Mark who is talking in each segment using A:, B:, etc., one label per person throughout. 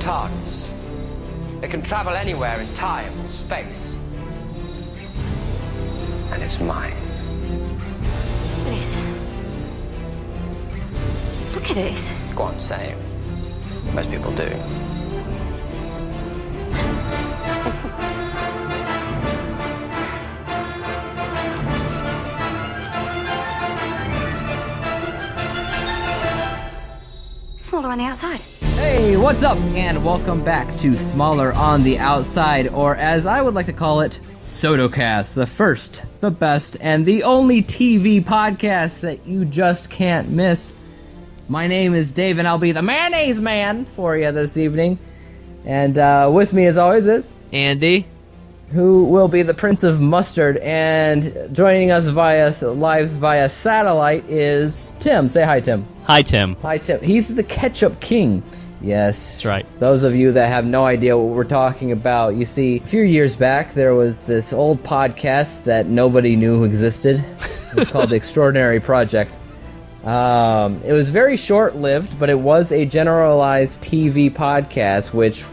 A: TARDIS. It can travel anywhere in time and space. And it's mine.
B: Liz. Look at it.
A: Go on, say it. Most people do.
B: It's smaller on the outside.
C: Hey, what's up? And welcome back to Smaller on the Outside, or as I would like to call it, Sodocast, the first, the best, and the only TV podcast that you just can't miss. My name is Dave, and I'll be the mayonnaise man for you this evening. And uh, with me, as always, is
D: Andy.
C: who will be the Prince of Mustard. And joining us via live via satellite is Tim. Say hi, Tim.
D: Hi, Tim.
C: Hi, Tim. He's the ketchup king. Yes. That's
D: right.
C: Those of you that have no idea what we're talking about, you see, a few years back, there was this old podcast that nobody knew existed. It was called The Extraordinary Project. Um, it was very short lived, but it was a generalized TV podcast, which,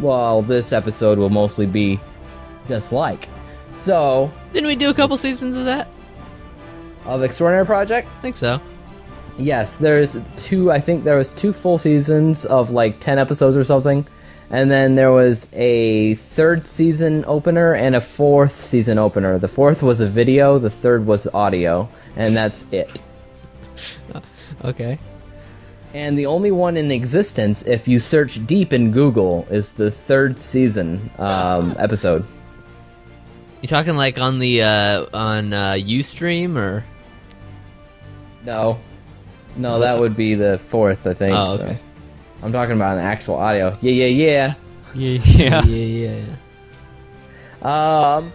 C: well, this episode will mostly be just like. So,
D: Didn't we do a couple seasons of that?
C: of Extraordinary Project,
D: I think so.
C: Yes, there's two. I think there was two full seasons of like ten episodes or something, and then there was a third season opener and a fourth season opener. The fourth was a video, the third was audio, and that's it.
D: Okay.
C: And the only one in existence, if you search deep in Google, is the third season um, episode.
D: You talking like on the uh on uh Ustream or
C: No, no, that would be the fourth, I think.
D: Oh,
C: so.
D: okay.
C: I'm talking about an actual audio. Yeah, yeah, yeah.
D: Yeah. Yeah, yeah,
C: Um,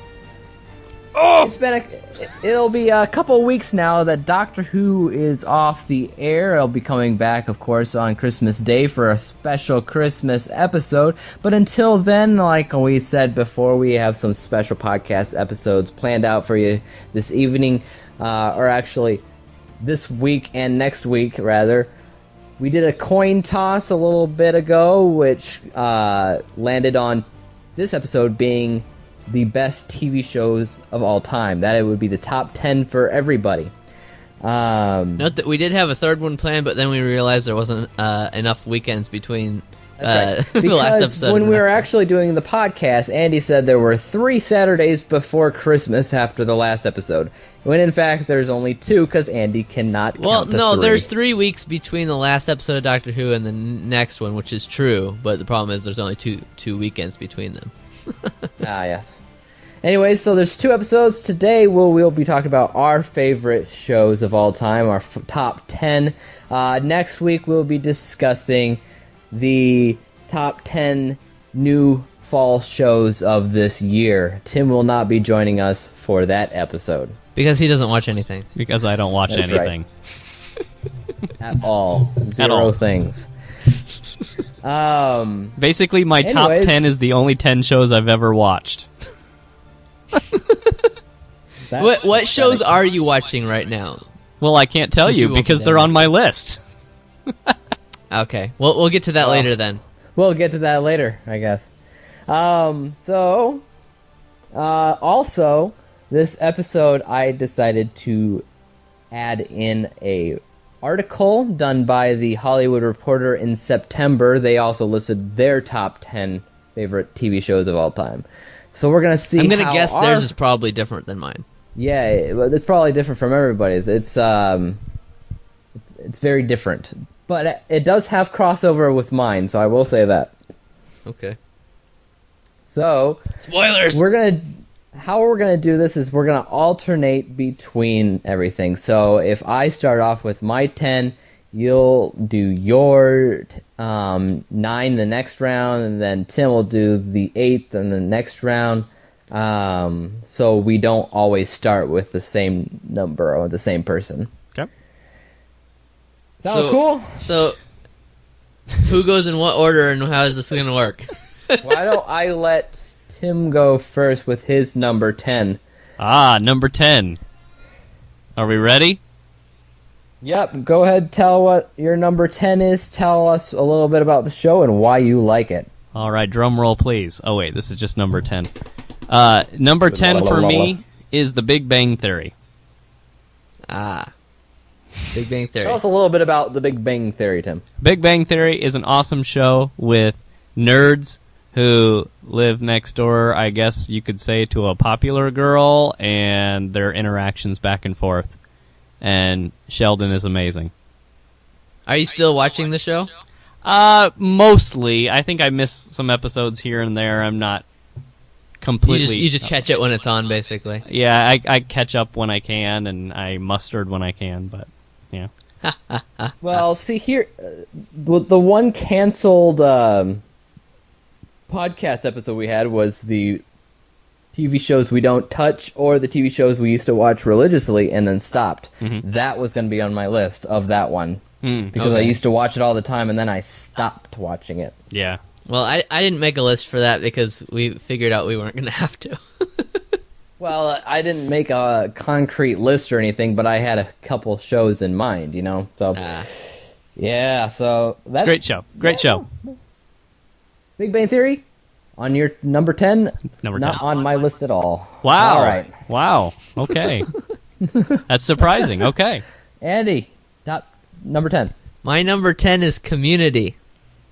C: it's been a, it'll be a couple weeks now that Doctor Who is off the air. It'll be coming back, of course, on Christmas Day for a special Christmas episode. But until then, like we said before, we have some special podcast episodes planned out for you this evening, uh, or actually this week and next week, rather. We did a coin toss a little bit ago, which uh, landed on this episode being the best TV shows of all time. That it would be the top 10 for everybody. Um,
D: Note that we did have a third one planned, but then we realized there wasn't uh, enough weekends between uh,
C: That's right.
D: the last
C: Because
D: episode.
C: When
D: and the
C: we were
D: next
C: actually doing the podcast, Andy said there were three Saturdays before Christmas after the last episode. When in fact, there's only two because Andy cannot.
D: one. well,
C: count to
D: no,
C: three.
D: there's three weeks between the last episode of Doctor Who and the n- next one, which is true. But the problem is there's only two two weekends between them.
C: Ah, yes. Anyways, so there's two episodes today. We'll we'll be talking about our favorite shows of all time, our f- top ten. Uh, next week we'll be discussing the top ten new fall shows of this year. Tim will not be joining us for that episode
D: Because he doesn't watch anything.
E: Because I don't watch
C: That's right.
E: anything.
C: at all. Zero
E: all.
C: things. Um.
E: Basically, my top
C: Anyways.
E: 10 is the only 10 shows I've ever watched.
C: that's
D: What what shows
C: pathetic.
D: are you watching right now?
E: Well, I can't tell
D: Since you
E: you
D: won't be
E: because
D: there
E: they're on
D: next
E: my list.
D: Okay, we'll we'll get to that later then.
C: We'll get to that later, I guess. Um, so, uh, also, this episode I decided to add in a article done by the Hollywood Reporter in September. They also listed their top ten favorite TV shows of all time. So we're gonna see.
D: I'm gonna
C: how
D: guess
C: our-
D: theirs is probably different than mine.
C: yeah, it- well, it's probably different from everybody's. It's um, it's, it's very different, but it- it does have crossover with mine. So I will say that.
D: Okay.
C: So
D: Spoilers.
C: We're gonna how we're gonna do this is we're gonna alternate between everything. So if I start off with my ten, you'll do your um, nine the next round, and then Tim will do the eighth and the next round. Um, so we don't always start with the same number or the same person.
E: Okay.
C: Sound
D: So-
C: cool?
D: So, who goes in what order, and how is this gonna work?
C: Why don't I let Tim go first with his number ten?
E: Ah, number 10. Are we ready?
C: Yep. Go ahead. Tell what your number ten is. Tell us a little bit about the show and why you like it.
E: All right, drum roll, please. Oh wait, this is just number ten. Uh, number ten for me is The Big Bang Theory.
D: Ah, Big Bang Theory.
C: Tell us a little bit about the Big Bang Theory, Tim.
E: Big Bang Theory is an awesome show with nerds who live next door, I guess you could say, to a popular girl and their interactions back and forth. And Sheldon is amazing.
D: Are you still watching the show?
E: Uh, mostly. I think I miss some episodes here and there. I'm not
D: You
E: completely.
D: just you just catch it when it's on, basically.
E: yeah, I, I catch up when I can, and I mustard when I can, but yeah.
C: Well, see here, uh, well, the one canceled um, podcast episode we had was the TV shows we don't touch or the TV shows we used to watch religiously and then stopped. That was going to be on my list of that one because I
D: okay.
C: used to watch it all the time and then I stopped watching it.
E: Yeah.
D: Well, I I didn't make a list for that because we figured out we weren't gonna have to.
C: Well, I didn't make a concrete list or anything, but I had a couple shows in mind, you know. So
D: Ah.
C: yeah, so that's
E: Great show. Great show.
C: Big Bang Theory on your number 10?
E: Number
C: Not
E: 10.
C: on my list at all.
E: Wow.
C: All right.
E: Wow. Okay. That's surprising. Okay.
C: Andy, top number 10.
D: My number ten is Community.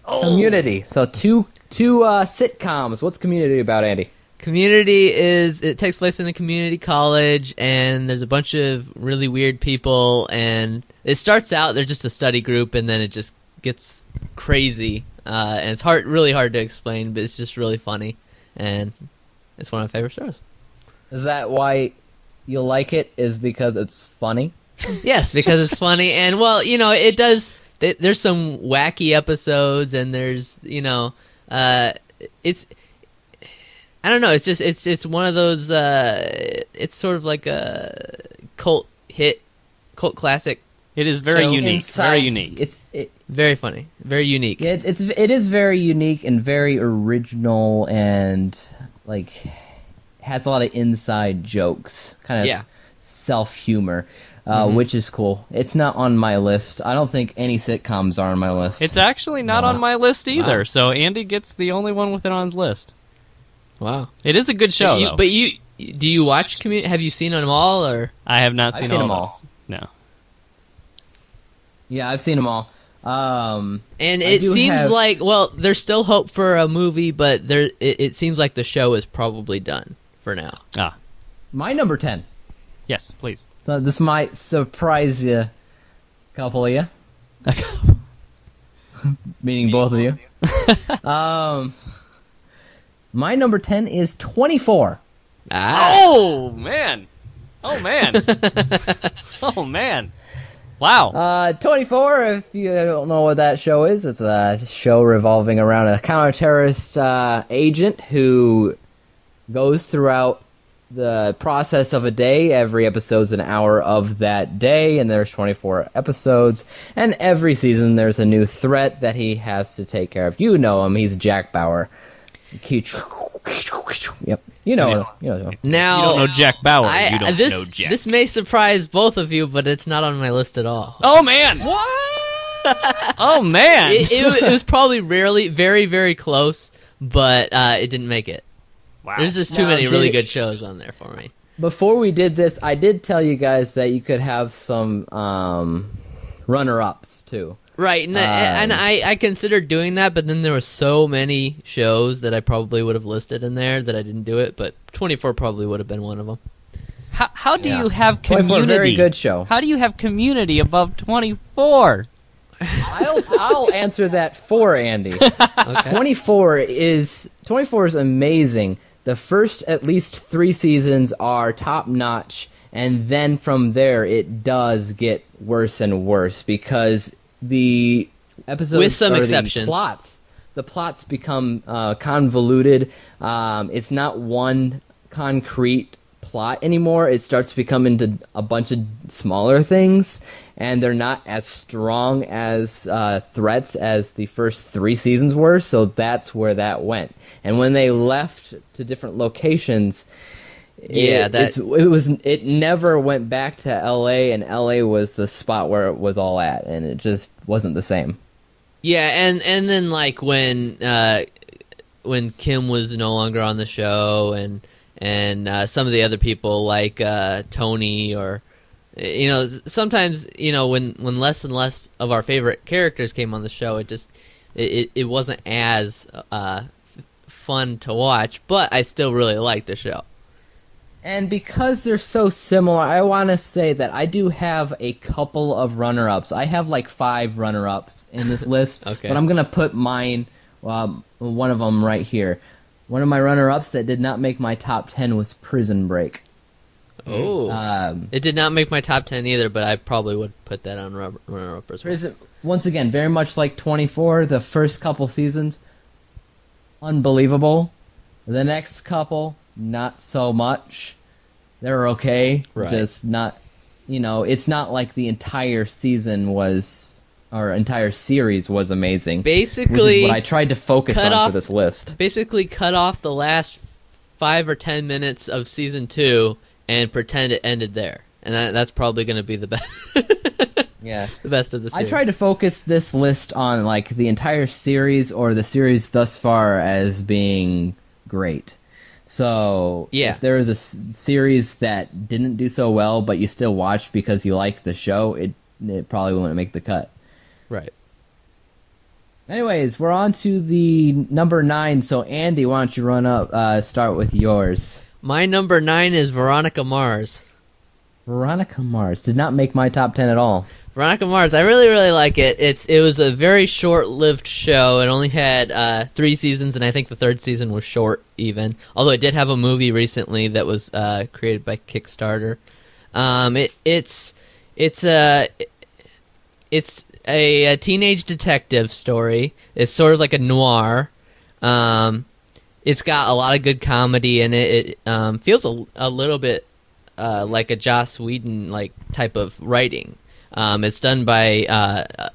C: Community. So two two uh, sitcoms. What's Community about, Andy?
D: Community is it takes place in a community college, and there's a bunch of really weird people, and it starts out they're just a study group, and then it just gets crazy, uh, and it's hard, really hard to explain, but it's just really funny, and it's one of my favorite shows.
C: Is that why you like it is because it's funny?
D: Yes, because it's funny, and well, you know, it does. Th- there's some wacky episodes, and there's you know, uh, it's. I don't know. It's just it's it's one of those. Uh, it's sort of like a cult hit, cult classic.
E: It is very
D: So
E: unique.
C: Inside-
E: very unique.
C: It's it,
D: Very funny, very unique.
C: it, it's it is very unique and very original and like has a lot of inside jokes, kind of
D: Yeah.
C: self humor, uh, which is cool. It's not on my list. I don't think any sitcoms are on my list.
E: It's actually not on my list either. So Andy gets the only one with it on his list.
D: Wow.
E: It is a good show,
D: but, you,
E: though.
D: but you do you watch community? Have you seen them all or?
E: I have not
C: I've
E: seen,
C: seen
E: all
C: them
E: of
C: all.
E: those. No.
C: yeah, I've seen them all. Um,
D: And
C: I
D: it
C: do
D: seems
C: have-
D: like well, there's still hope for a movie, but there it, it seems like the show is probably done for now.
E: Ah.
C: my number ten.
E: Yes, please.
C: So this might surprise you, couple of you, meaning both of you. um, my number ten is twenty four.
D: ah.
E: Oh, man. Oh, man. oh, man. Wow.
C: Uh, 24, if you don't know what that show is, it's a show revolving around a counter-terrorist uh, agent who goes throughout the process of a day. Every episode's an hour of that day, and there's 24 episodes. And every season, there's a new threat that he has to take care of. You know him. He's Jack Bauer. Yep. You know him. You know him.
E: you
D: Now
E: don't know Jack Bauer.
D: Oh. I-
E: you don't
D: this
E: know Jack.
D: this may surprise both of you, but it's not on my list at all.
E: oh, man. oh, man.
D: It, it, was- it was probably rarely very very close, but uh, it didn't make it.
E: wow.
D: There's just too
C: Now,
D: many
C: did
D: really
C: it-
D: good shows on there for me.
C: before we did this, I did tell you guys that you could have some um, runner-ups too.
D: Right, and, I- and I, I considered doing that, but then there were so many shows that I probably would have listed in there that I didn't do it. But 24 probably would have been one of them.
E: How, how do
C: Yeah.
E: you have
C: Well, it's
E: community?
C: a very good show.
E: How do you have community above 24?
C: I'll I'll answer that for Andy.
D: Okay.
C: 24 is 24 is amazing. The first at least 3 seasons are top notch and then from there it does get worse and worse because the episodes
D: With some
C: or the
D: exceptions.
C: plots the plots become uh, convoluted. Um, it's not one concrete plot anymore. It starts to become into a bunch of smaller things, and they're not as strong as uh, threats as the first three seasons were. So that's where that went. And when they left to different locations,
D: Yeah,
C: it,
D: that-
C: it's- it was. It never went back to L.A. and L.A. was the spot where it was all at, and it just wasn't the same.
D: Yeah, and and then like when uh, when Kim was no longer on the show, and and uh, some of the other people like uh, Tony or you know s- sometimes you know when when less and less of our favorite characters came on the show, it just it it, it wasn't as uh, f- fun to watch, but I still really liked the show.
C: And because they're so similar, I want to say that I do have a couple of runner ups. I have like five runner ups in this list,
D: Okay.
C: but I'm going to put mine, um, one of them right here. One of my runner ups that did not make my top 10 was Prison Break.
D: Oh,
C: Um,
D: it did not make my top ten either, but I probably would put that on rubber, runner up as well.
C: Prison, once again, very much like 24, the first couple seasons, unbelievable. The next couple, not so much. They're okay,
D: Right.
C: just not. You know, it's not like the entire season was, or entire series was amazing. which
D: Basically,
C: is what I tried to focus
D: cut
C: on
D: off-
C: for this list.
D: basically cut off the last five or ten minutes of season two and pretend it ended there. And that, that's probably going to be the best,
C: Yeah.
D: the best of the
C: I
D: series.
C: tried to focus this list on like the entire series or the series thus far as being great. So
D: Yeah.
C: if there is a s- series that didn't do so well, but you still watched because you liked the show, it it probably wouldn't make the cut.
D: right.
C: Anyways, we're on to the number nine. So Andy, why don't you run up? Uh, start with yours.
D: My number nine is Veronica Mars.
C: Veronica Mars did not make my top ten at all.
D: Veronica Mars. I really, really like it. It's it was a very short-lived show. It only had uh, three seasons, and I think the third season was short, even. Although it did have a movie recently that was uh, created by Kickstarter. Um, it it's it's a it's a, a teenage detective story. It's sort of like a noir. Um, it's got a lot of good comedy in it. It um, feels a, a little bit uh, like a Joss Whedon like type of writing. Um, it's done by uh,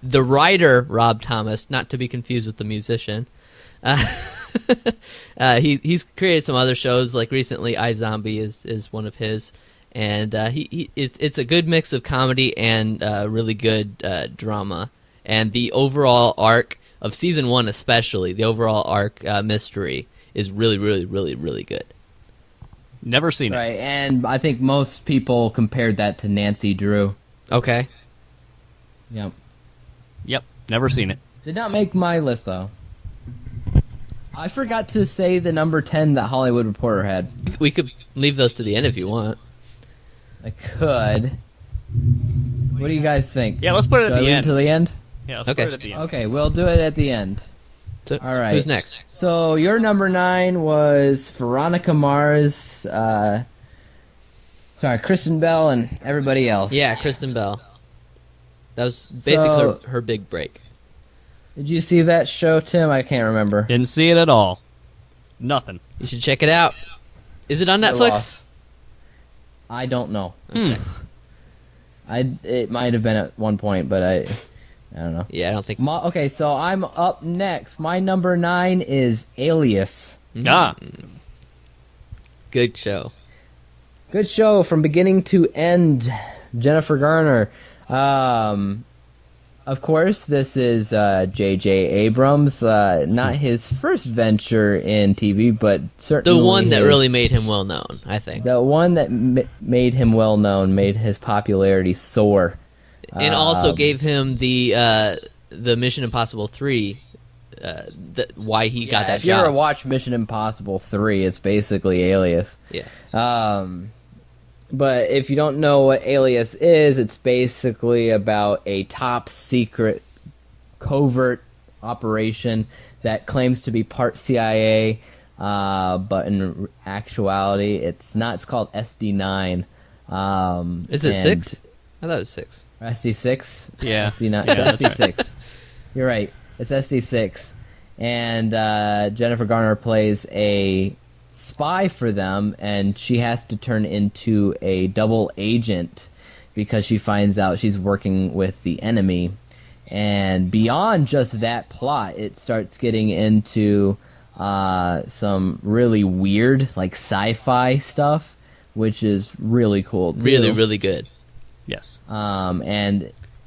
D: the writer Rob Thomas, not to be confused with the musician. Uh, uh, he he's created some other shows like recently I Zombie is is one of his, and uh, he, he it's it's a good mix of comedy and uh, really good uh, drama, and the overall arc of season one especially the overall arc uh, mystery is really really really really good.
E: Never seen it.
C: Right, and I think most people compared that to Nancy Drew.
D: Okay,
C: Yep,
E: Yep, never seen it.
C: Did not make my list though. I forgot to say the number ten that Hollywood Reporter had.
D: we could leave those to the end if you want.
C: I could. What do you guys think?
E: Yeah, let's put it
C: Do
E: at
C: I
E: the
C: leave
E: end.
C: To the end.
E: Yeah, let's
D: Okay.
E: put it at the end.
C: Okay, we'll do it at the end.
D: So,
C: All right.
D: Who's next?
C: So your number nine was Veronica Mars. Uh, sorry, Kristen Bell and everybody else.
D: Yeah, Kristen Bell. That was basically
C: So-
D: her, her big break.
C: Did you see that show, Tim? I can't remember.
E: Didn't see it at all. Nothing.
D: You should check it out. Is it on
C: You're
D: Netflix?
C: lost. I don't know.
E: Hmm.
C: I it might have been at one point, but I I don't know.
D: Yeah, I don't think.
C: My, okay, so I'm up next. My number nine is Alias.
D: Mm-hmm.
E: Ah,
D: Good show.
C: Good show from beginning to end. Jennifer Garner. Um, of course, this is uh, J.J. Abrams. Uh, not his first venture in TV, but
D: The
C: certainly
D: one that
C: his-
D: really made him well known, I think.
C: the one that m- made him well known, made his popularity soar.
D: and also
C: Um,
D: gave him the uh, the Mission Impossible 3, uh, th- why he got that
C: if you ever
D: job.
C: watch Mission Impossible Three, it's basically Alias.
D: yeah.
C: Um, but if you don't know what Alias is, it's basically about a top secret covert operation that claims to be part CIA, uh, but in r- actuality, it's not. It's called SD9. Um,
D: Is it
C: and-
D: 6? I thought it was 6.
C: SD6?
E: Yeah.
C: SD9.
E: Yeah,
C: It's SD6. You're right. It's SD6. And uh, Jennifer Garner plays a spy for them, and she has to turn into a double agent because she finds out she's working with the enemy. And beyond just that plot, it starts getting into uh, some really weird like sci-fi stuff, which is really cool. Too.
D: Really, really good.
E: Yes.
C: Um, and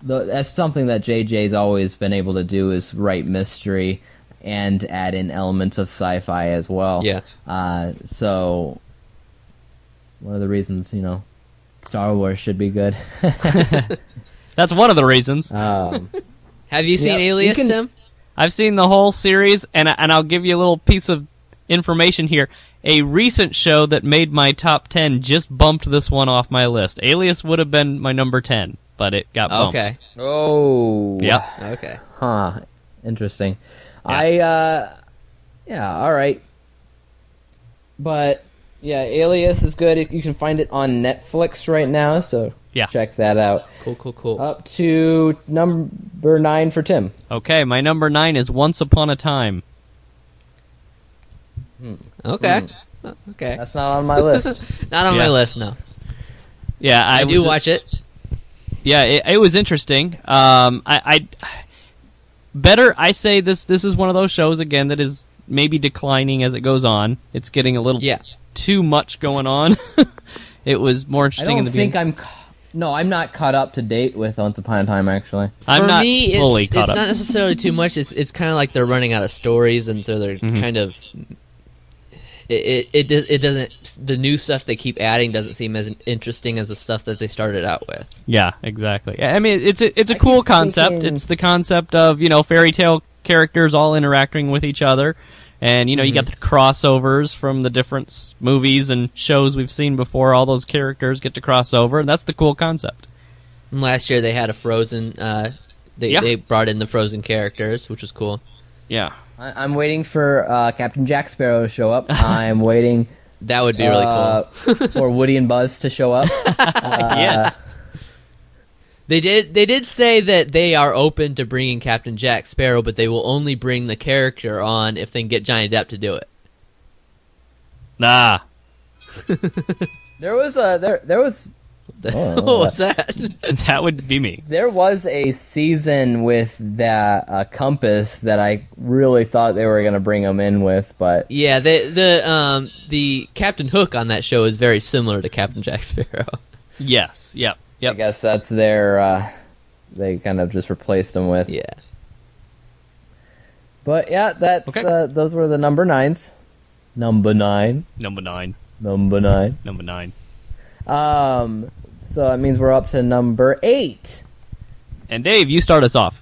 C: th- that's something that JJ's always been able to do is write mystery and add in elements of sci-fi as well.
D: Yeah.
C: Uh, so one of the reasons, you know, Star Wars should be good.
E: That's one of the reasons.
D: Uh.
C: um,
D: Have you seen
C: Yeah, you
D: Alias,
C: can-
D: Tim?
E: I've seen the whole series, and and I'll give you a little piece of information here. A recent show that made my top ten just bumped this one off my list. Alias would have been my number ten, but it got bumped.
D: Okay.
C: oh.
E: Yeah.
D: Okay.
C: Huh. Interesting. I uh yeah, all right. But yeah, Alias is good. You can find it on Netflix right now, so
E: Yeah.
C: check that out.
D: Cool, cool, cool.
C: Up to number 9 for Tim.
E: Okay, my number nine is Once Upon a Time.
D: okay. Uh, Okay.
C: hmm. That's not on my list.
D: Not on
E: Yeah.
D: my list, no.
E: Yeah, I,
D: I, do
E: would-
D: watch it.
E: Yeah, it, it was interesting. Um, I, I better I say this. This is one of those shows again that is maybe declining as it goes on. It's getting a little
D: Yeah.
E: too much going on. it was more
C: I
E: interesting in
C: don't
E: the
C: think
E: beginning.
C: I'm ca- No, I'm not caught up to date with Once Upon a Time actually.
E: I'm
D: For
E: not
D: me,
E: fully
D: it's,
E: caught
D: it's
E: up.
D: not necessarily too much. It's it's kind of like they're running out of stories, and so they're
E: Mm-hmm.
D: kind of it it it, does- it doesn't the new stuff they keep adding doesn't seem as interesting as the stuff that they started out with.
E: Yeah, exactly. I mean, it's a, it's a
C: I
E: cool
C: keep
E: concept.
C: thinking-
E: It's the concept of you know fairy tale characters all interacting with each other, and you
D: Mm-hmm.
E: know you got the crossovers from the different s- movies and shows we've seen before. All those characters get to cross over, and that's the cool concept.
D: And last year they had a Frozen. Uh, they
E: Yeah.
D: they brought in the Frozen characters, which was cool.
E: Yeah,
C: I- I'm waiting for uh, Captain Jack Sparrow to show up. I'm waiting
D: That would be really
C: uh,
D: cool.
C: for Woody and Buzz to show up.
E: yes,
D: They did they did say that they are open to bringing Captain Jack Sparrow, but they will only bring the character on if they can get Johnny Depp to do it.
E: nah.
C: There was a there there was Oh.
D: What's that?
E: That would be me.
C: There was a season with that uh, compass that I really thought they were going to bring him in with, but
D: Yeah, the the um the Captain Hook on that show is very similar to Captain Jack Sparrow.
E: Yes, yep,
C: I
E: yep.
C: guess that's their. Uh, they kind of just replaced him with.
D: Yeah.
C: But yeah, that's
E: Okay.
C: uh, those were the number nines. Number nine.
E: Number nine,
C: Number nine.
E: number nine,
C: Um. So that means we're up to number eight.
E: and Dave, you start us off.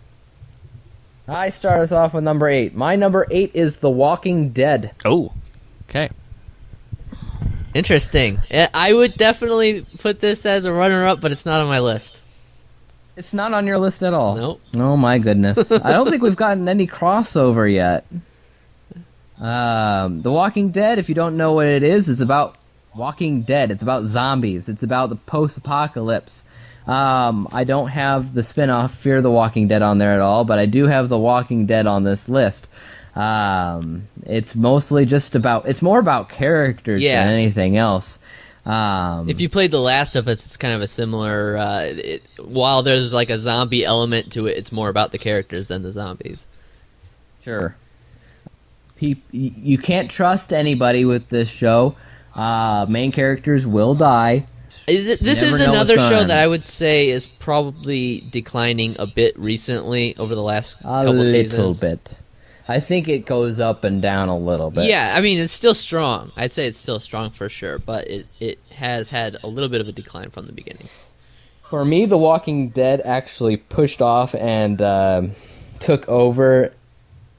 C: I start us off with number eight. My number eight is The Walking Dead.
E: Oh, okay.
D: Interesting. Eh, I would definitely put this as a runner up, but it's not on my list.
C: It's not on your list at all.
D: Nope.
C: Oh my goodness. I don't think we've gotten any crossover yet. Um, the Walking Dead, if you don't know what it is, is about Walking Dead. It's about zombies. It's about the post-apocalypse. Um, I don't have the spin-off Fear the Walking Dead on there at all, but I do have The Walking Dead on this list. Um, it's mostly just about it's more about characters
D: Yeah.
C: than anything else. Um,
D: If you played The Last of Us, it's kind of a similar. Uh, it, while there's like a zombie element to it, it's more about the characters than the zombies.
C: Sure. Peop- y- you can't trust anybody with this show. Uh, main characters will die.
D: Eh, th- This
C: Never
D: is
C: know what's
D: another
C: going
D: show
C: on.
D: that I would say is probably declining a bit recently over the last
C: A
D: couple
C: little
D: seasons.
C: bit. I think it goes up and down a little bit.
D: Yeah, I mean it's still strong. I'd say it's still strong for sure, but it it has had a little bit of a decline from the beginning.
C: For me, The Walking Dead actually pushed off and um took over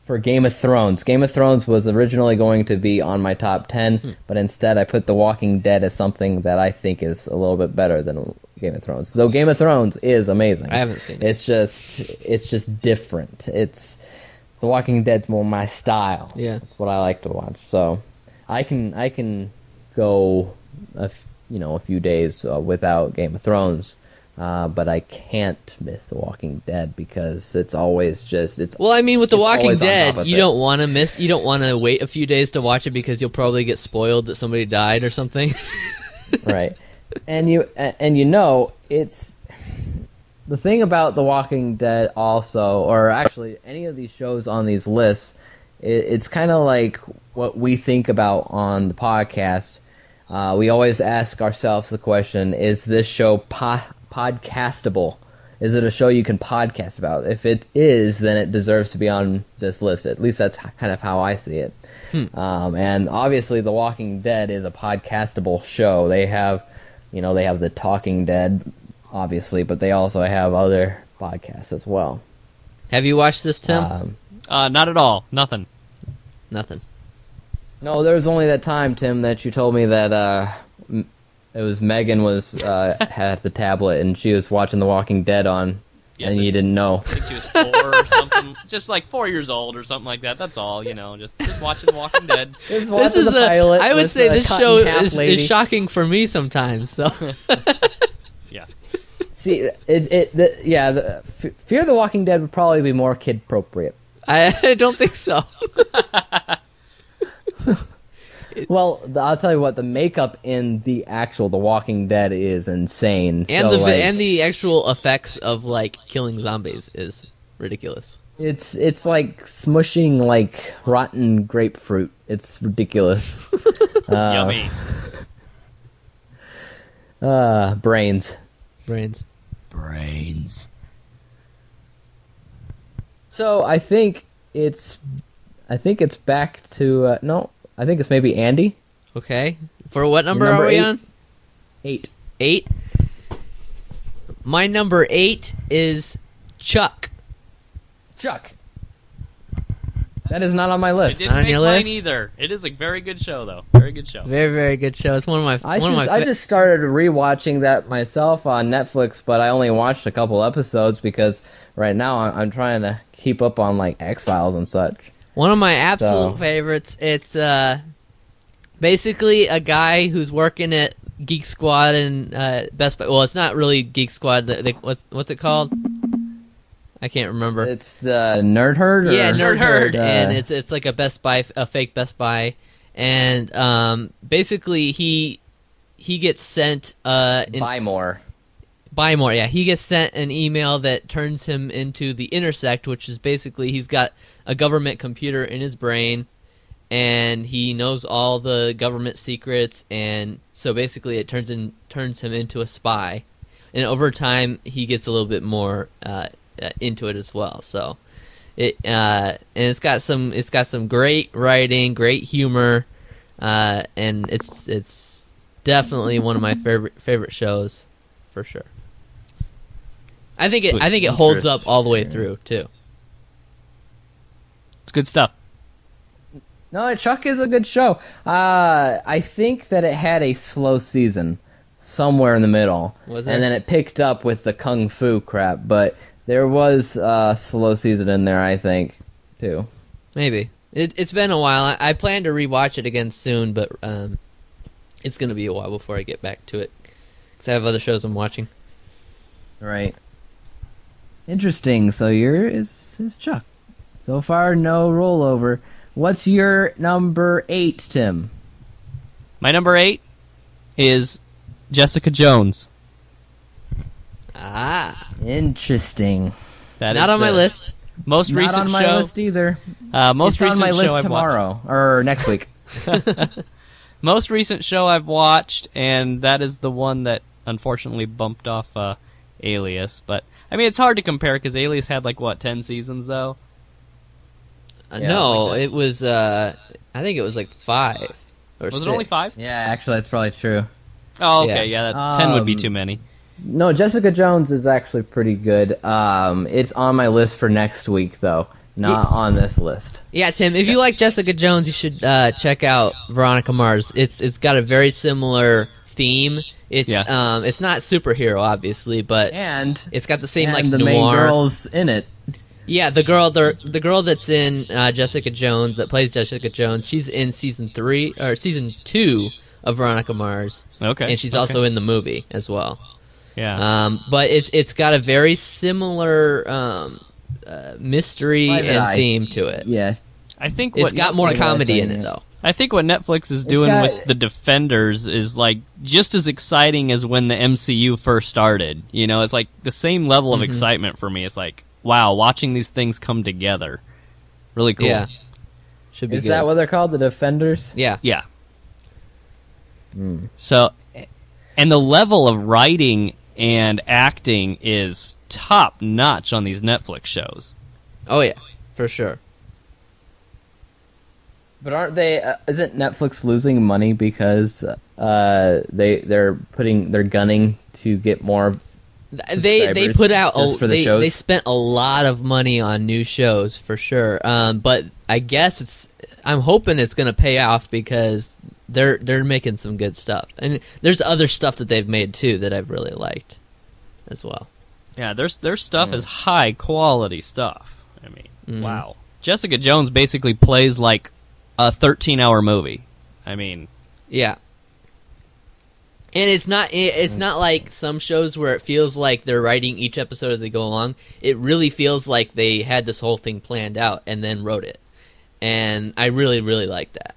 C: for Game of Thrones. Game of Thrones was originally going to be on my top 10,
D: Hmm.
C: but instead I put The Walking Dead as something that I think is a little bit better than Game of Thrones. Though Game of Thrones is amazing.
D: I haven't seen it.
C: It's just it's just different. It's The Walking Dead's more my style.
D: Yeah.
C: It's what I like to watch. So I can I can go a f- you know a few days uh, without Game of Thrones. Uh, but I can't miss The Walking Dead because it's always just it's
D: Well, I mean with The
C: It's
D: Walking
C: always on top
D: Dead,
C: of
D: you
C: it.
D: don't want to miss you don't want to wait a few days to watch it because you'll probably get spoiled that somebody died or something.
C: right and you a- and you know it's the thing about the walking dead also or actually any of these shows on these lists It, it's kind of like what we think about on the podcast. Uh, we always ask ourselves the question: Is this show po- podcastable? Is it a show you can podcast about? If it is, then it deserves to be on this list. At least that's h- kind of how I see it. Um, and obviously, The Walking Dead is a podcastable show. They have, you know, they have The Talking Dead, obviously, but they also have other podcasts as well.
D: Have you watched this, Tim?
C: Um,
E: Uh, not at all. Nothing.
D: Nothing.
C: no, there was only that time, Tim, that you told me that uh, m- it was Megan was uh, had the tablet and she was watching The Walking Dead on,
E: Yes,
C: and
E: it-
C: you didn't know.
E: I think she was four or something, just like four years old or something like that. That's all, you know, just, just watching Walking Dead.
D: This is a. I would say this show is, is
C: shocking.
D: shocking for me sometimes. So
E: Yeah,
C: See, it it the, yeah, the, F- Fear the Walking Dead would probably be more kid appropriate.
D: I, I don't think so.
C: Well, the, I'll tell you what, the makeup in the actual The Walking Dead is insane. so,
D: And the
C: like,
D: and the actual effects of like killing zombies is ridiculous.
C: it's it's like smushing like rotten grapefruit. It's ridiculous. uh,
E: yummy.
C: uh, brains.
D: Brains.
E: Brains.
C: So I think it's, I think it's back to uh, no. I think it's maybe Andy
D: Okay. For what number,
C: number
D: are we
C: eight?
D: on?
C: eight.
D: Eight. My number eight is Chuck.
C: Chuck. That is not on my
E: It
C: list.
E: didn't
D: on
E: make
D: your
E: mine
D: list?
E: either. It is a very good show, though. Very good show.
D: Very very good show. It's one of my
C: I
D: one
C: just,
D: of my
C: I
D: fa-
C: just started rewatching that myself on Netflix, but I only watched a couple episodes because right now I'm, I'm trying to keep up on like X Files and such.
D: One of my absolute
C: So-
D: favorites. It's uh, basically a guy who's working at Geek Squad and uh, Best Buy. Well, it's not really Geek Squad. The, the, what's what's it called? I can't remember.
C: It's the Nerd Herd. Or,
D: yeah, Nerd Herd,
C: Uh,
D: and it's it's like a Best Buy, a fake Best Buy, and um, basically he he gets sent uh in,
C: Buy more.
D: buy more. Yeah, he gets sent an email that turns him into the Intersect, which is basically he's got a government computer in his brain, and he knows all the government secrets, and so basically it turns in turns him into a spy, and over time he gets a little bit more uh, uh, into it as well. So. It uh, and it's got some it's got some great writing, great humor, uh, and it's it's definitely one of my favorite favorite shows for sure. I think it. I think it holds up all the way through too.
E: It's good stuff.
C: No, Chuck is a good show. Uh, I think that it had a slow season somewhere in the middle,
D: Was
C: and
D: it?
C: then it picked up with the kung fu crap. But there was a uh, slow season in there, I think, too.
D: Maybe it, it's been a while. I, I plan to rewatch it again soon, but um, it's going to be a while before I get back to it because I have other shows I'm watching.
C: Right. Interesting. So your is is Chuck. So far, no rollover. What's your number eight, Tim?
E: My number eight is Jessica Jones.
D: Ah,
C: Interesting.
E: That is
D: not on my
E: the
D: list.
E: Most
C: Not
E: recent
C: on my
E: show.
C: list either.
E: Uh, most
C: it's on
E: recent
C: my
E: show
C: list
E: I've watched.
C: tomorrow or next week.
E: most recent show I've watched, and that is the one that unfortunately bumped off uh, Alias. But I mean, it's hard to compare because Alias had like what ten seasons though.
D: Uh,
C: Yeah,
D: no,
E: like that.
D: it was. Uh, I think it was like five. Or
E: Was it only
D: six.
E: five?
C: yeah, actually, that's probably true.
E: Oh,
D: Yeah.
E: okay, yeah, that, ten would be
C: Um,
E: too many.
C: No, Jessica Jones is actually pretty good. Um, it's on my list for next week though, not on this list.
D: Yeah, Tim. If you like Jessica Jones, you should uh, check out Veronica Mars. It's it's got a very similar theme. It's
E: Yeah.
D: um it's not superhero obviously, but
C: And
D: it's got the same
C: and
D: like
C: the
D: noir.
C: main girls in it.
D: Yeah, the girl the the girl that's in uh, Jessica Jones that plays Jessica Jones. She's in season three or season two of Veronica Mars,
E: Okay,
D: and she's
E: okay. Ah.
D: also in the movie as well.
E: yeah.
D: Um, but it's it's got a very similar um, uh, mystery
C: Private
D: and
C: Eye.
D: theme to it.
C: Yeah,
E: I think
D: It's
E: what
D: got more
C: Netflix is
D: comedy in
C: doing
D: it
C: it.
D: though.
E: I think what Netflix is doing
C: got-
E: with the Defenders is like just as exciting as when the MCU first started. You know, it's like the same level
D: Mm-hmm.
E: of excitement for me. It's like wow, watching these things come together, really cool.
D: Yeah. Should be
C: Is
D: good.
C: that what they're called? The Defenders?
D: yeah.
E: Yeah. Hmm. So, and the level of writing and acting is top notch on these Netflix shows.
D: Oh yeah, for sure.
C: But aren't they? Uh, isn't Netflix losing money because uh, they they're putting they're gunning to get more?
D: Th- They they
C: Subscribers
D: put out a,
C: just for the
D: they,
C: shows?
D: they spent a lot of money on new shows for sure. Um, but I guess it's I'm hoping it's gonna pay off because they're they're making some good stuff, and there's other stuff that they've made too that I've really liked as well.
E: Yeah, Mm-hmm. their their stuff is high quality stuff. I mean, wow. Jessica Jones basically plays like a 13 hour movie. I mean,
D: Yeah. And it's not it- it's not like some shows where it feels like they're writing each episode as they go along. It really feels like they had this whole thing planned out and then wrote it. And I really really like that.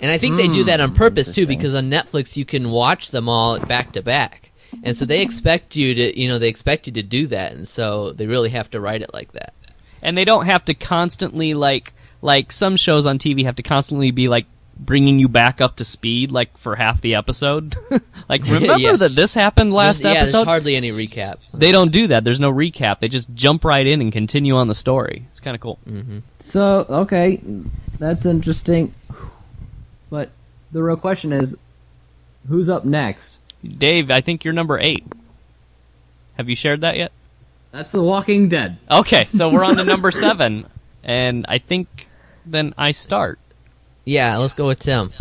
D: And I think they do that on purpose too
C: interesting.
D: because on Netflix you can watch them all back to back. And so they expect you to, you know, they expect you to do that and so they really have to write it like that.
E: and they don't have to constantly like like some shows on TV have to constantly be like bringing you back up to speed like for half the episode. like remember
D: Yeah.
E: that this happened last
D: There's- yeah,
E: episode?
D: there's hardly any recap.
E: They don't do that. There's no recap. They just jump right in and continue on the story. It's kind of cool.
C: So okay, that's interesting. But the real question is, who's up next?
E: Dave, I think you're number 8. Have you shared that yet?
C: That's The Walking Dead.
E: Okay, so we're on to number 7 and I think then I start.
D: Yeah, let's go with Tim.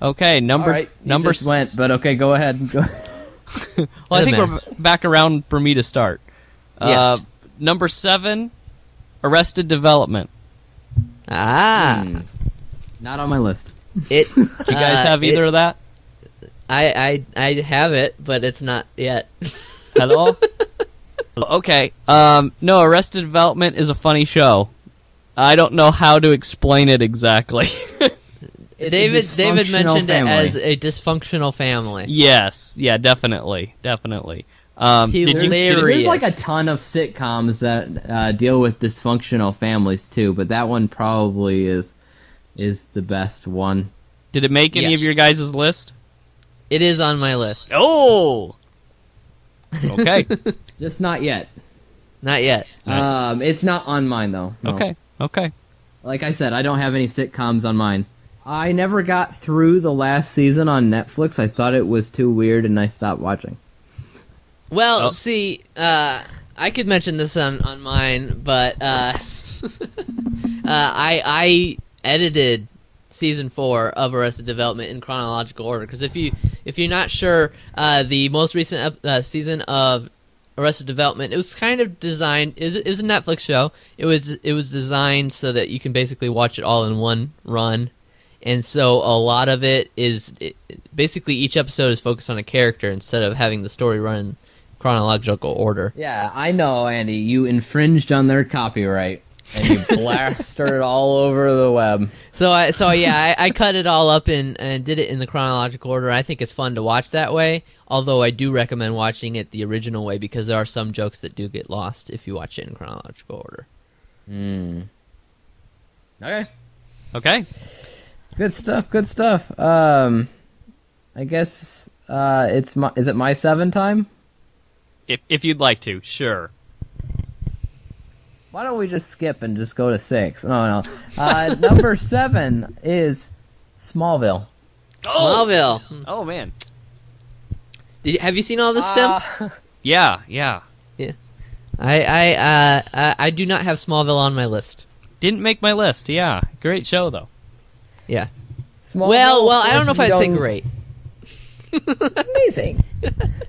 E: Okay, number
C: All right, you
E: number
C: just went,
E: s-
C: but okay, go ahead. Go-
E: Well, I
D: Doesn't
E: think we're b- back around for me to start. Uh, number seven, Arrested Development.
D: Ah,
C: Not on my list.
D: it. You
E: You guys
C: Uh,
E: have either of that
D: I, I I have it, but it's not yet.
E: at all? okay. Um, no, Arrested Development is a funny show. I don't know how to explain it exactly.
C: It's a
D: David David
C: dysfunctional
D: mentioned
C: family.
D: it as a dysfunctional family.
E: yes, yeah, definitely, definitely. Um, did you, did you-
D: Hilarious.
C: There's like a ton of sitcoms that uh, deal with dysfunctional families too, but that one probably is is the best one.
E: did it make any
D: Yeah.
E: of your guys' list?
D: It is on my list,
E: Oh. Okay.
C: Just not yet.
D: not yet.
E: Right.
C: Um, it's not on mine though. No.
E: okay. Okay.
C: Like I said, I don't have any sitcoms on mine. I never got through the last season on Netflix. I thought it was too weird, and I stopped watching.
D: Well,
E: Oh.
D: see, uh, I could mention this on, on mine, but uh, uh, I I edited season four of Arrested Development in chronological order because if you if you're not sure, uh, the most recent ep- uh, season of Arrested Development it was kind of designed is is a Netflix show. It was it was designed so that you can basically watch it all in one run and so a lot of it is it, basically each episode is focused on a character instead of having the story run in chronological order.
C: Yeah, I know, Andy. You infringed on their copyright, and you blasted it all over the web.
D: So I so yeah, I, I cut it all up and and did it in the chronological order. I think it's fun to watch that way. Although I do recommend watching it the original way because there are some jokes that do get lost if you watch it in chronological order.
C: Okay.
E: Okay.
C: Good stuff. Good stuff. Um, I guess uh, it's my is it my seven time?
E: If if you'd like to, sure.
C: Why don't we just skip and just go to six? No, no. Uh, number seven is Smallville. Hmm.
D: Smallville,
E: Oh man.
D: did you, have you seen all this, Tim?
E: Yeah, yeah.
D: I I uh, I, I do not have Smallville on my list.
E: Didn't make my list. Yeah, great show though.
D: Yeah.
C: Smallville.
D: Well, well, I don't know if
C: you
D: I'd say
C: don't-
D: great.
C: It's amazing.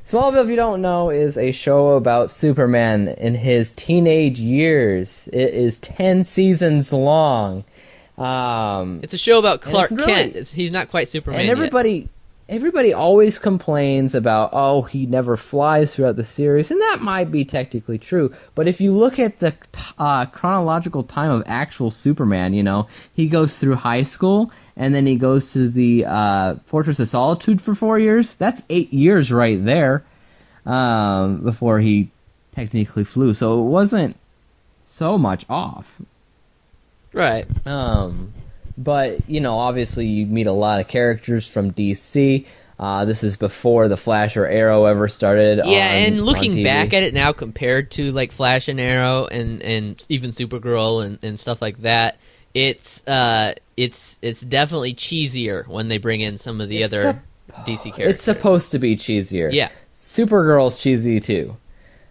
C: Smallville, if you don't know, is a show about Superman in his teenage years. It is ten seasons long. Um,
D: It's a show about
C: it's
D: Clark
C: really-
D: Kent. It's, he's not quite Superman.
C: and
D: yet.
C: everybody everybody always complains about oh he never flies throughout the series and that might be technically true but if you look at the uh, chronological time of actual superman you know he goes through high school and then he goes to the uh, fortress of solitude for four years that's eight years right there um, before he technically flew so it wasn't so much off
D: Right.
C: Um, but you know, obviously, you meet a lot of characters from DC. Uh, this is before the Flash or Arrow ever started. on-
D: Yeah, and
C: on
D: looking
C: TV.
D: back at it now, compared to like Flash and Arrow and and even Supergirl and, and stuff like that, it's uh it's it's definitely cheesier when they bring in some of the
C: It's
D: other DC characters.
C: it's supposed to be cheesier.
D: Yeah.
C: Supergirl's cheesy too.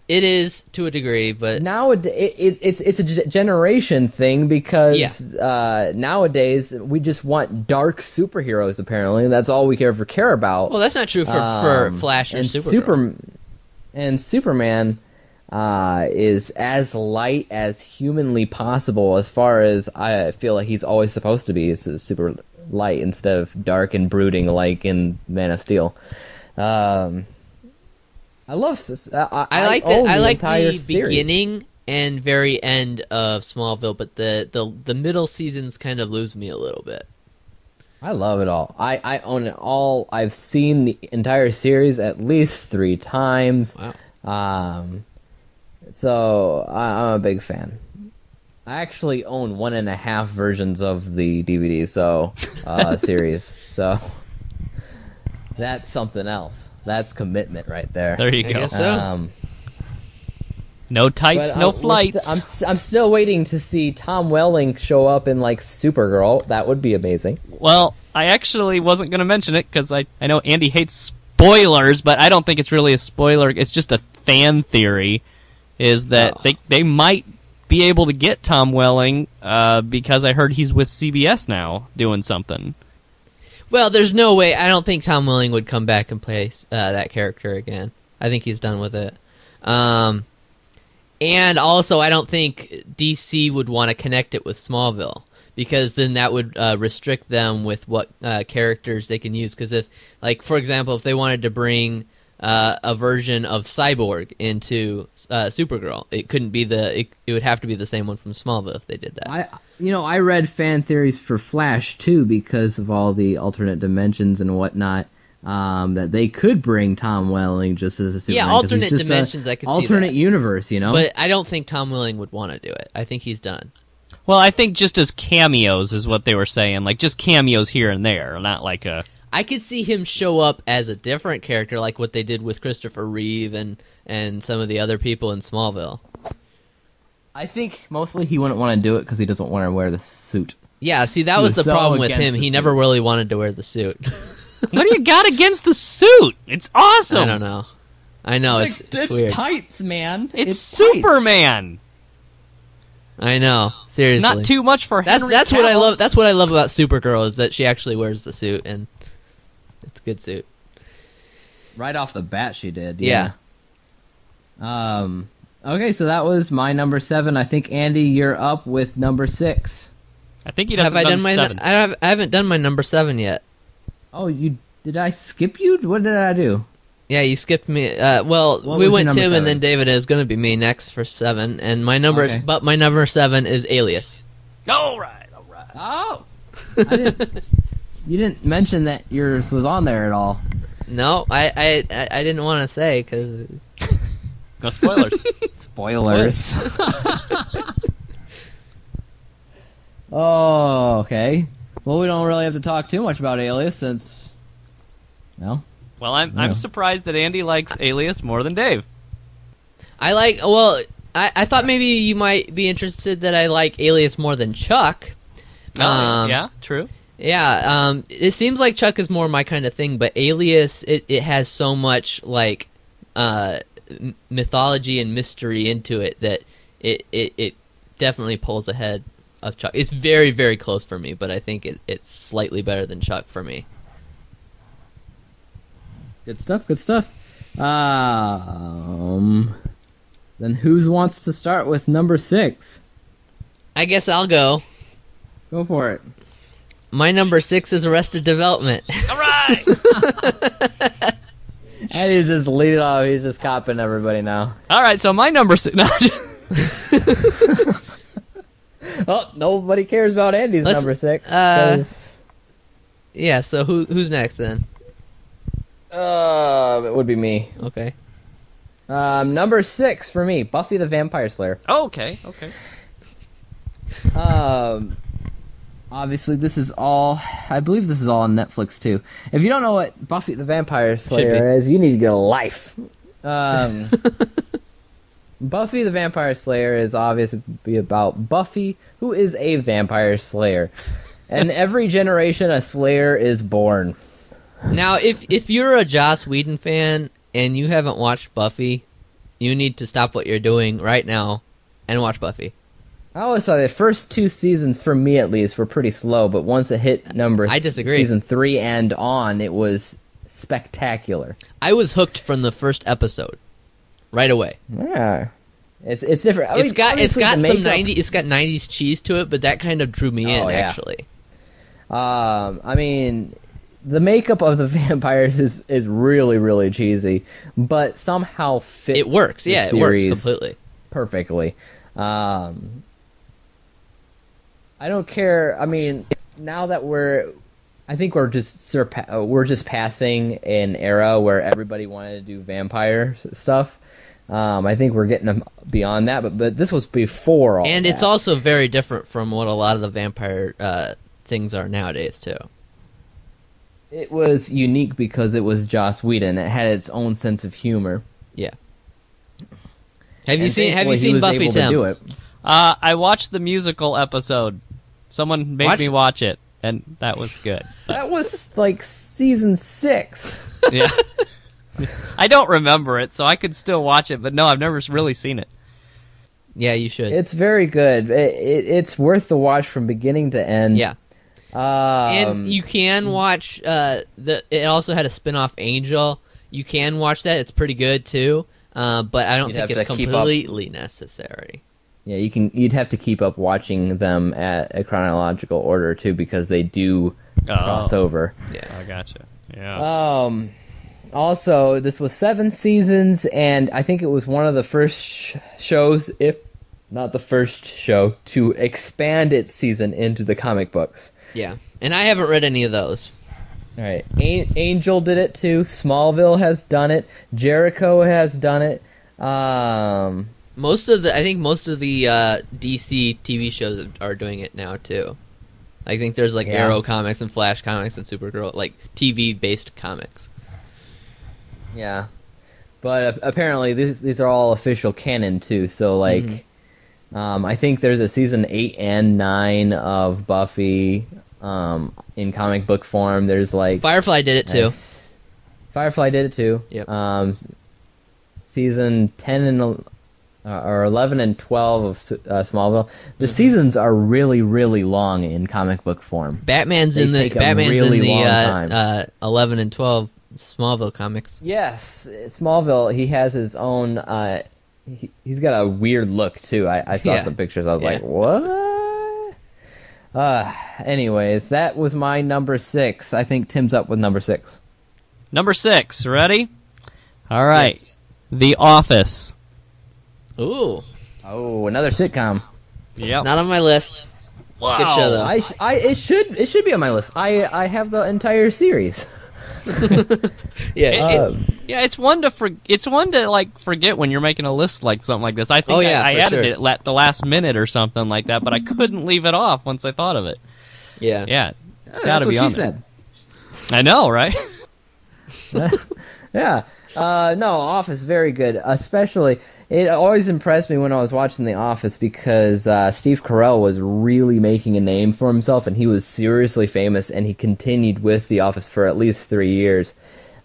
D: It is to a degree, but
C: Nowadays, it, it, it's it's a g- generation thing because uh, nowadays we just want dark superheroes. Apparently, that's all we ever care about.
D: well, that's not true for
C: Um,
D: for Flash or
C: and
D: Supergirl.
C: Superm- and Superman uh, is as light as humanly possible. As far as I feel like he's always supposed to be, is super light instead of dark and brooding like in Man of Steel. Um, I love. s- I, I,
D: I like
C: own
D: the, I like
C: entire
D: the
C: series.
D: beginning and very end of Smallville, but the, the the middle seasons kind of lose me a little bit.
C: I love it all. I, I own it all. I've seen the entire series at least three times.
D: Wow.
C: Um, so I, I'm a big fan. I actually own one and a half versions of the DVD so uh, series. So that's something else. That's commitment right there.
E: There you
D: I
E: go.
D: guess so.
C: Um,
E: No
C: but
E: tights,
C: I'm-
E: no
C: we're st-
E: flights.
C: I'm, s- I'm still waiting to see Tom Welling show up in like Supergirl. That would be amazing.
E: Well, I actually wasn't going to mention it because I, I know Andy hates spoilers, but I don't think it's really a spoiler. It's just a fan theory, is that
D: Oh.
E: they they might be able to get Tom Welling uh, because I heard he's with CBS now doing something.
D: Well, there's no way. I don't think Tom Welling would come back and play uh, that character again. I think he's done with it. Um, and also, I don't think DC would want to connect it with Smallville because then that would uh, restrict them with what uh, characters they can use. Because if, like, for example, if they wanted to bring uh, a version of Cyborg into uh, Supergirl, it couldn't be the. It, it would have to be the same one from Smallville if they did that.
C: I you know I read fan theories for Flash too because of all the alternate dimensions and whatnot. Um, that they could bring Tom Welling just as a Superman.
D: Yeah,
C: 'cause he's
D: alternate
C: just a
D: dimensions, I could see
C: alternate
D: that.
C: universe, you know.
D: But I don't think Tom Welling would want to do it. I think he's done.
E: Well, I think just as cameos is what they were saying, like just cameos here and there, not like a
D: I could see him show up as a different character, like what they did with Christopher Reeve and and some of the other people in Smallville.
C: I think mostly he wouldn't want to do it because he doesn't want to wear the suit.
D: Yeah, see, that
C: He
D: was,
C: was
D: the
C: so
D: problem with
C: against
D: him.
C: the
D: He
C: suit.
D: never really wanted to wear the suit.
E: what do you got against the suit? It's awesome.
D: I don't know. I know it's, Oh, it's, weird.
C: tights, man.
E: It's, Superman.
D: I know. Seriously,
E: It's not too much for
D: That's
E: Henry
D: that's what I
E: Cavill.
D: love. That's what I love about Supergirl is that she actually wears the suit and it's a good suit.
C: Right off the bat, she did.
D: Yeah.
C: yeah. Um. Okay, so that was my number seven. I think Andy, you're up with number six.
E: I think he
D: Have
E: doesn't
D: I done my?
E: seven.
D: I, have, I haven't done my number seven yet.
C: Oh, you did I skip you? What did I do?
D: Yeah, you skipped me. Uh, well,
C: What was
D: we
C: your
D: went Tim
C: number seven?
D: and then David. It's going to be me next for seven, and my number, is,
C: Okay.
D: but my number seven is Alias.
E: All right, all right.
C: Oh, I didn't, you didn't mention that yours was on there at all.
D: No, I I I I didn't want to say because
E: No spoilers.
C: Spoilers. oh, okay. Well, we don't really have to talk too much about Alias since, well,
E: well, I'm
C: Yeah.
E: I'm surprised that Andy likes Alias more than Dave.
D: I like. Well, I I thought maybe you might be interested that I like Alias more than Chuck. Um,
E: yeah, true.
D: Yeah, um, it seems like Chuck is more my kind of thing, but Alias it, it has so much like uh, m- mythology and mystery into it that it, it it definitely pulls ahead of Chuck. It's very very close for me, but I think it, it's slightly better than Chuck for me.
C: good stuff. Good stuff. Um, then who wants to start with number six?
D: I guess I'll go.
C: Go for it.
D: My number six is Arrested Development.
E: All right.
C: And he's just lead off. He's just copping everybody now.
E: all right. So my number six. No,
C: Oh, nobody cares about Andy's
D: Let's-
C: number six.
D: uh,
C: 'cause-
D: yeah, so who who's next then?
C: Uh, it would be me.
D: Okay.
C: Um, number six for me, Buffy the Vampire Slayer.
E: okay. Okay.
C: Um, obviously, this is all. I believe this is all on Netflix too. If you don't know what Buffy the Vampire Slayer
D: be.
C: is, you need to get a life. Um, Buffy the Vampire Slayer is obviously about Buffy, who is a vampire slayer, and every generation a slayer is born.
D: Now, if if you're a Joss Whedon fan and you haven't watched Buffy, you need to stop what you're doing right now and watch Buffy.
C: I always thought the first two seasons, for me at least, were pretty slow, but once it hit number
D: I disagree.
C: season three and on, it was spectacular.
D: I was hooked from the first episode, right away.
C: Yeah, it's it's different. I
D: It's
C: mean,
D: got it's
C: obviously
D: got
C: the
D: some
C: makeup-
D: ninety it's got nineties cheese to it, but that kind of drew me in
C: Oh, yeah.
D: actually.
C: Um, I mean, the makeup of the vampires is is really really cheesy, but somehow fits.
D: It works,
C: the
D: yeah, it works
C: series
D: completely.
C: perfectly. Um, I don't care. I mean, now that we're, I think we're just surpa- uh, we're just passing an era where everybody wanted to do vampire s- stuff. Um, I think we're getting them beyond that, but but this was before all.
D: And it's
C: that.
D: also very different from what a lot of the vampire uh, things are nowadays too.
C: it was unique because it was Joss Whedon. It had its own sense of humor.
D: Yeah. Have you
C: And
D: seen Have you
C: thankfully, he
D: seen
C: was
D: Buffy
C: able
D: Tim?
C: To do it.
E: Uh, I watched the musical episode. Someone made
D: Watch-
E: me watch it, and that was good.
C: That was like season six.
E: yeah. I don't remember it, so I could still watch it, but no, I've never s- really seen it.
D: Yeah, you should.
C: It's very good. It, it, it's worth the watch from beginning to end.
D: yeah.
C: Um,
D: and you can watch uh the it also had a spin-off angel you can watch that it's pretty good too uh, but i don't
C: You'd
D: think
C: have
D: it's
C: to keep up.
D: completely necessary
C: yeah, you can. You'd have to keep up watching them at a chronological order too, because they do
D: Oh.
C: cross over.
E: I gotcha. Yeah.
C: Um, also, this was seven seasons, and I think it was one of the first sh- shows, if not the first show, to expand its season into the comic books.
D: yeah and i haven't read any of those
C: All right, An- Angel did it too. Smallville has done it. Jericho has done it. Um,
D: most of the i think most of the uh, dc tv shows are doing it now too i think there's like
C: Yeah.
D: arrow comics and flash comics and supergirl like tv based comics
C: Yeah, but a- apparently these these are all official canon too. So like, um, I think there's a season eight and nine of Buffy um, in comic book form. There's like
D: firefly did it too
C: Nice. Firefly did it too.
D: Yep.
C: Um, s- season ten and el- uh, or eleven and twelve of S- uh, Smallville. The seasons are really really long in comic book form.
D: batman's
C: They
D: in the
C: take a
D: batman's
C: really
D: in the
C: long
D: uh,
C: time.
D: uh, 11 and 12 smallville comics
C: Yes, Smallville. He has his own. Uh, he, he's got a weird look too. I, I saw
D: Yeah.
C: some pictures. I was
D: Yeah.
C: like, what? Uh, anyways, that was my number six. I think Tim's up with number six.
E: Number six. Ready? All right.
D: Yes.
E: The Office.
D: ooh
C: Oh, another sitcom.
E: Yep.
D: Not on my list. Good show though.
C: I, sh- I it should it should be on my list. I I have the entire series.
D: yeah.
E: It-
C: Um,
E: Yeah, it's one to for, it's one to like forget when you're making a list like something like this. I think
D: Oh, yeah,
E: I, I
D: for
E: added
D: sure.
E: it at the last minute or something like that, but I couldn't leave it off once I thought of it.
D: yeah.
C: Eh.
E: Yeah, it's
C: that's
E: got to
C: what
E: be
C: she
E: on. there.
C: said.
E: I know, right?
C: Yeah. Uh, no, Office very good. Especially, it always impressed me when I was watching The Office because uh, Steve Carell was really making a name for himself, and he was seriously famous, and he continued with The Office for at least three years,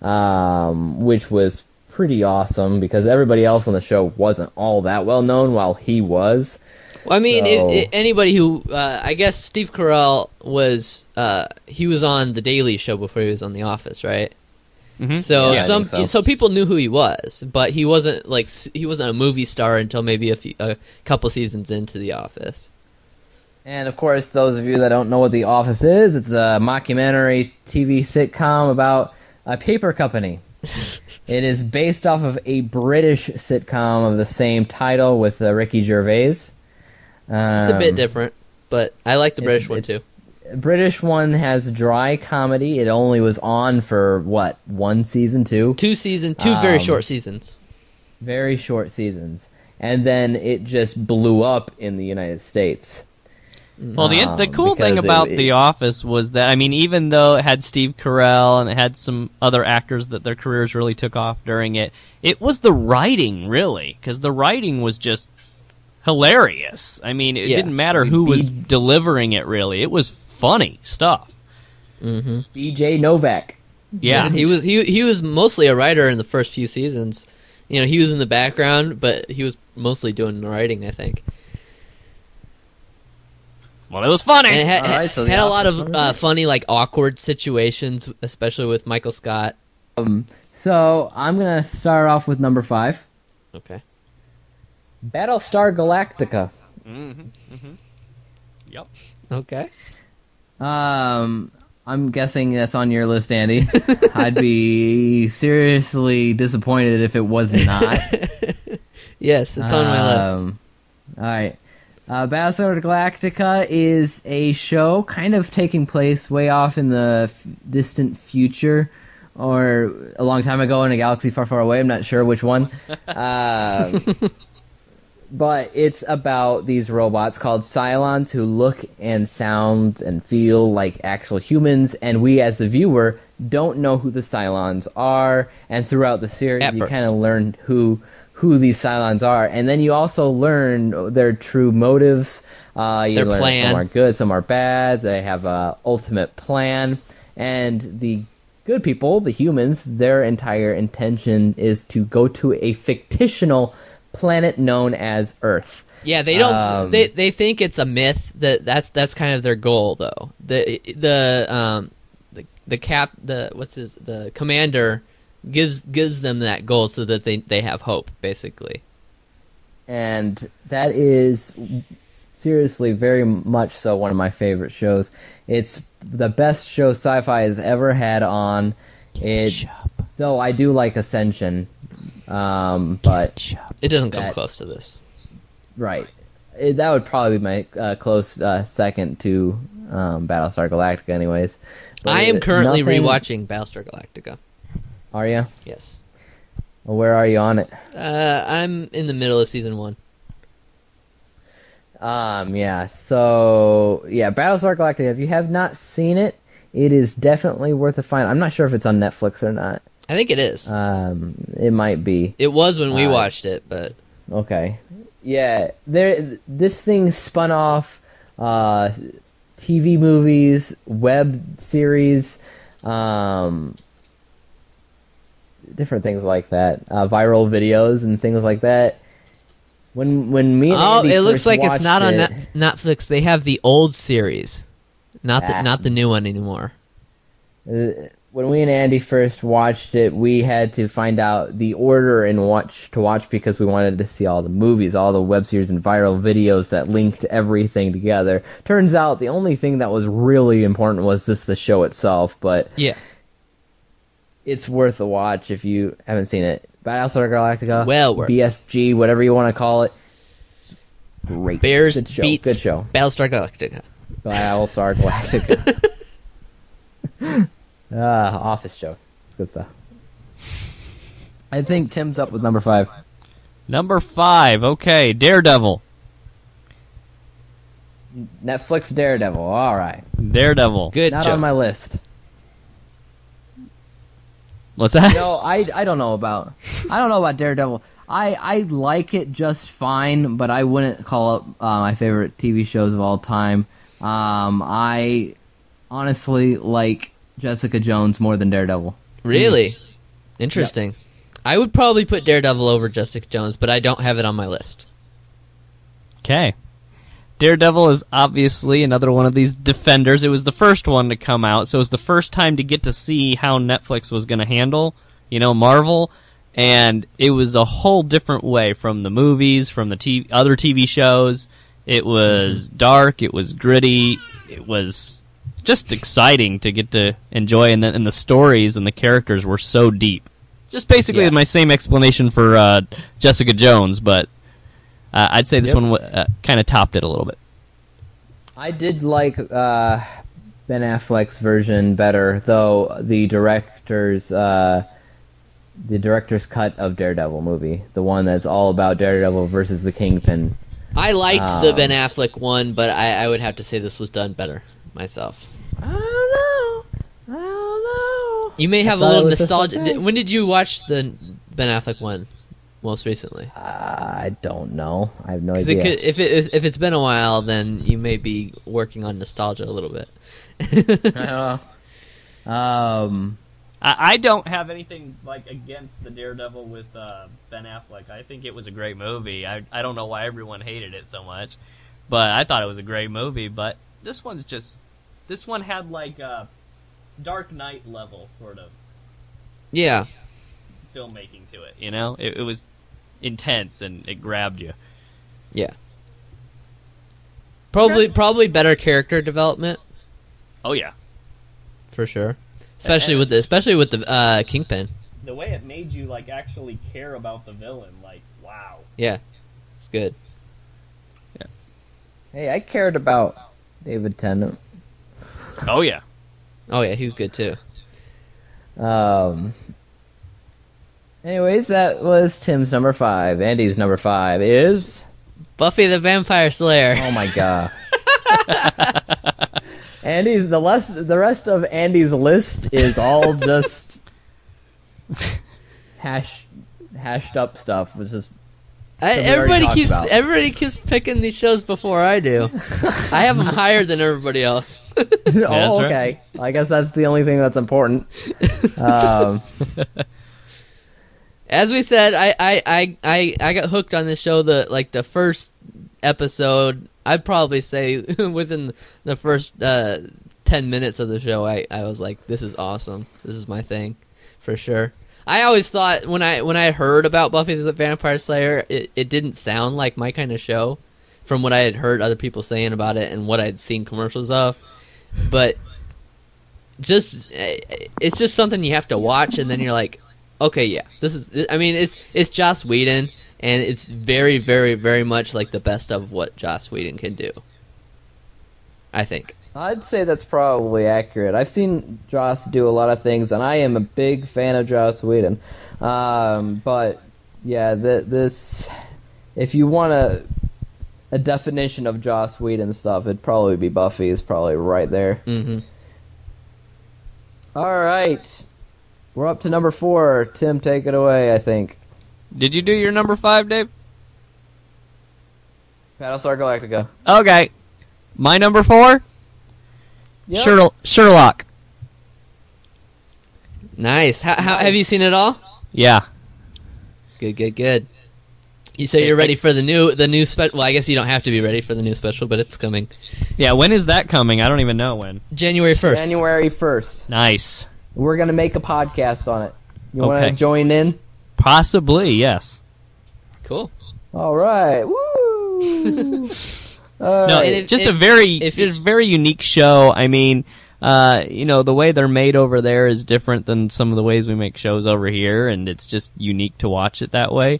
C: um, which was pretty awesome because everybody else on the show wasn't all that well known, while he was.
D: Well, I mean,
C: So-
D: it, it, anybody who uh, I guess Steve Carell was uh, he was on The Daily Show before he was on The Office, right?
E: Mhm.
D: So
C: Mm-hmm. Yeah, I
D: some
C: think so.
D: so. people knew who he was, but he wasn't like s- he wasn't a movie star until maybe a, few, a couple seasons into The Office.
C: And of course, those of you that don't know what The Office is, it's a mockumentary TV sitcom about a paper company. it is based off of a British sitcom of the same title with uh, Ricky Gervais.
D: It's
C: Um,
D: a bit different, but I like the British one too.
C: British one has dry comedy. It only was on for what one season, two,
D: Two season, two very
C: Um,
D: short seasons.
C: very short seasons, and then it just blew up in the United States.
E: Well, the the
C: Um,
E: cool thing
C: because it-
E: about
C: it-
E: The Office was that I mean, even though it had Steve Carell and it had some other actors that their careers really took off during it, it was the writing really because the writing was just hilarious. I mean, it
C: Yeah.
E: didn't matter who was delivering it really; it was funny stuff.
C: BJ Novak.
E: Yeah,
D: he was he he was mostly a writer in the first few seasons. You know, he was in the background, but he was mostly doing the writing. I think.
E: well, it was funny.
D: And it had,
C: Alright, so The
D: had a lot
C: Office,
D: of
C: alright.
D: uh, funny, like awkward situations, especially with Michael Scott.
C: So I'm gonna start off with number five,
D: Okay.
C: Battlestar Galactica.
E: yep.
D: Okay.
C: Um, I'm guessing that's on your list, Andy. I'd be seriously disappointed if it was not.
D: Yes, it's on my
C: Um,
D: list.
C: All right. Uh, Battlestar Galactica is a show kind of taking place way off in the f- distant future or a long time ago in a galaxy far, far away. I'm not sure which one. Uh, but it's about these robots called Cylons who look and sound and feel like actual humans, and we as the viewer don't know who the Cylons are. And throughout the series,
D: At
C: you
D: first.
C: kind of learn who who these Cylons are, and then you also learn their true motives. Uh, you
D: Their
C: learn that
D: plan.
C: Some are good, some are bad. They have a ultimate plan, and the good people, the humans, their entire intention is to go to a fictional planet known as Earth.
D: Yeah, they don't.
C: Um,
D: they they think it's a myth. That that's that's kind of their goal, though. The the um the, the cap the what's his the commander gives gives them that goal so that they they have hope, basically.
C: and that is seriously very much so one of my favorite shows. It's the best show sci-fi has ever had on. It, though I do like Ascension, um, but
D: It doesn't come
C: That-
D: close to this.
C: right, it, that would probably be my uh, close uh, second to um, Battlestar Galactica, anyways. But
D: I am
C: it-
D: currently
C: nothing-
D: rewatching Battlestar Galactica.
C: Are you?
D: Yes.
C: Where are you on it?
D: Uh, I'm in the middle of season one.
C: Um, yeah, so yeah, Battlestar Galactica. If you have not seen it, it is definitely worth a find. I'm not sure if it's on Netflix or not.
D: I think it is.
C: Um, it might be.
D: it was when we
C: uh,
D: watched it, but
C: Okay. Yeah, there. This thing spun off uh, TV movies, web series, um, different things like that, uh, viral videos and things like that. When when me and
D: oh,
C: Andy
D: it looks
C: first
D: like it's
C: watched
D: not on
C: it-
D: Net- Netflix. They have the old series, not the
C: Ah.
D: not the new one anymore.
C: Uh, when we and Andy first watched it, we had to find out the order in watch to watch because we wanted to see all the movies, all the web series and viral videos that linked everything together. Turns out the only thing that was really important was just the show itself, but
D: Yeah,
C: it's worth a watch if you haven't seen it. Battlestar Galactica,
D: Well worth.
C: BSG, whatever you want to call it. It's Great.
D: Bears
C: Good show.
D: beats
C: Good show.
D: Battlestar Galactica.
C: Battlestar Galactica. uh, office joke. Good stuff. I think Tim's up with number five.
E: Number five. Okay, Daredevil.
C: Netflix Daredevil. All right.
E: Daredevil.
D: Good
C: Not
D: job.
C: on my list.
E: What's that?
C: No, I, I don't know about I don't know about Daredevil. I, I like it just fine, but I wouldn't call it uh, my favorite TV shows of all time. Um, I honestly like Jessica Jones more than Daredevil.
D: really interesting. I would probably put Daredevil over Jessica Jones, but I don't have it on my list.
E: Okay. Daredevil is obviously another one of these defenders. It was the first one to come out, so it was the first time to get to see how Netflix was going to handle, you know, Marvel, and it was a whole different way from the movies, from the t- other TV shows. It was dark, it was gritty, it was just exciting to get to enjoy, and the, and the stories and the characters were so deep. Just basically
D: Yeah.
E: my same explanation for uh, Jessica Jones, but uh, I'd say this
C: Yep.
E: one one uh, kind of topped it a little bit.
C: I did like uh, Ben Affleck's version better, though the director's uh, the director's cut of Daredevil movie, the one that's all about Daredevil versus the Kingpin.
D: I liked the
C: Um,
D: Ben Affleck one, but I, I would have to say this was done better myself.
C: I don't know. I don't know.
D: You may
C: I
D: have a
C: thought
D: little
C: it was just eh.
D: nostalgia.
C: okay.
D: When did you watch the Ben Affleck one? Most recently,
C: Uh, I don't know. I have no
D: 'Cause
C: idea.
D: it could, if it if it's been a while, then you may be working on nostalgia a little bit.
C: I don't know. Um,
E: I, I don't have anything like against the Daredevil with uh, Ben Affleck. I think it was a great movie. I I don't know why everyone hated it so much, but I thought it was a great movie. But this one's just this one had like a Dark Knight level sort of
D: yeah,
E: filmmaking to it. You know, it, it was intense and it grabbed you.
D: yeah. Probably probably better character development
E: Oh yeah,
D: for sure, especially with the especially with the uh, Kingpin.
E: the way it made you like actually care about the villain. Like wow.
D: Yeah, it's good.
C: hey, I cared about David Tennant.
E: Oh yeah.
D: Oh yeah, he was good too.
C: Um. Anyways, that was Tim's number five. Andy's number five is.
D: Buffy the Vampire Slayer.
C: Oh my god. Andy's the less the rest of Andy's list is all just hash hashed up stuff. Which is that
D: I,
C: we already
D: everybody
C: talked
D: keeps
C: about.
D: everybody keeps picking these shows before I do. I have them higher than everybody else.
C: oh
E: right.
C: okay. I guess that's the only thing that's important. Um,
D: As we said, I, I, I, I, I got hooked on this show the like the first episode. I'd probably say within the first uh, ten minutes of the show, I, I was like, "This is awesome. This is my thing, for sure." I always thought when I when I heard about Buffy the Vampire Slayer, it, it didn't sound like my kind of show, from what I had heard other people saying about it and what I'd seen commercials of, but just eh, it's just something you have to watch, and then you're like, okay, yeah, this is. I mean, it's it's Joss Whedon, and it's very, very, very much like the best of what Joss Whedon can do. I think.
C: I'd say that's probably accurate. I've seen Joss do a lot of things, and I am a big fan of Joss Whedon. Um, but yeah, th- this if you want a a definition of Joss Whedon stuff, it'd probably be Buffy is probably right there.
D: hmm
C: All right, we're up to number four. Tim, take it away. I think
E: Did you do your number five, Dave?
C: Battlestar Galactica.
E: Okay. My number four,
C: Yep.
E: Sherl- Sherlock.
D: Nice. How, how have you seen it all?
E: Yeah.
D: Good, good, good. You say you're ready for the new the new special. Well, I guess you don't have to be ready for the new special, but it's coming
E: Yeah, when is that coming? I don't even know when.
D: January first.
C: January first.
E: Nice.
C: We're gonna make a podcast on it. You want to
E: Okay.
C: join in?
E: Possibly, yes.
D: Cool.
C: All right. Woo. All
E: No,
C: right.
D: Uh, And if-
E: just
D: if-
E: a very
D: if you-
E: a very unique show. I mean, uh, you know, the way they're made over there is different than some of the ways we make shows over here, and it's just unique to watch it that way.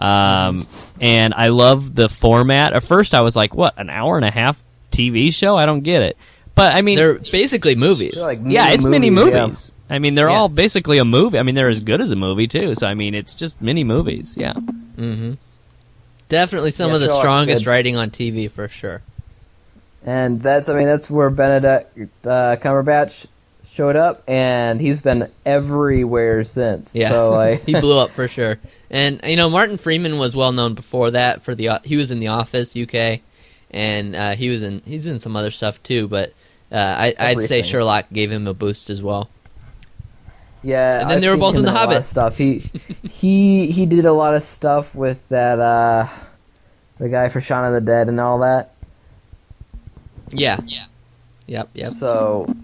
E: Um, and I love the format. At first, I was like, "What, an hour and a half TV show? I don't get it." But I mean,
D: They're basically movies.
C: They're like
E: yeah, it's mini
C: yeah.
E: movies. I mean, they're
D: Yeah.
E: all basically a movie. I mean, they're as good as a movie too. So I mean, it's just mini movies. Yeah.
D: hmm Definitely some
C: Yeah,
D: of the
C: Sherlock's
D: strongest
C: good.
D: writing on TV for sure.
C: And that's, I mean, that's where Benedict uh, Cumberbatch showed up, and he's been everywhere since.
D: Yeah,
C: So, like,
D: he blew up for sure. And you know, Martin Freeman was well known before that for the he was in The Office UK, and uh, he was in he's in some other stuff too. But uh, I, I'd say
C: Everything.
D: Sherlock gave him a boost as well.
C: yeah.
D: And then
C: I've
D: they were
C: seen
D: both
C: him
D: in The
C: a lot of
D: Hobbit.
C: stuff. He, he, he did a lot of stuff with that, uh, the guy for Shaun of the Dead and all that.
D: Yeah. Yeah. Yep. Yep.
C: So,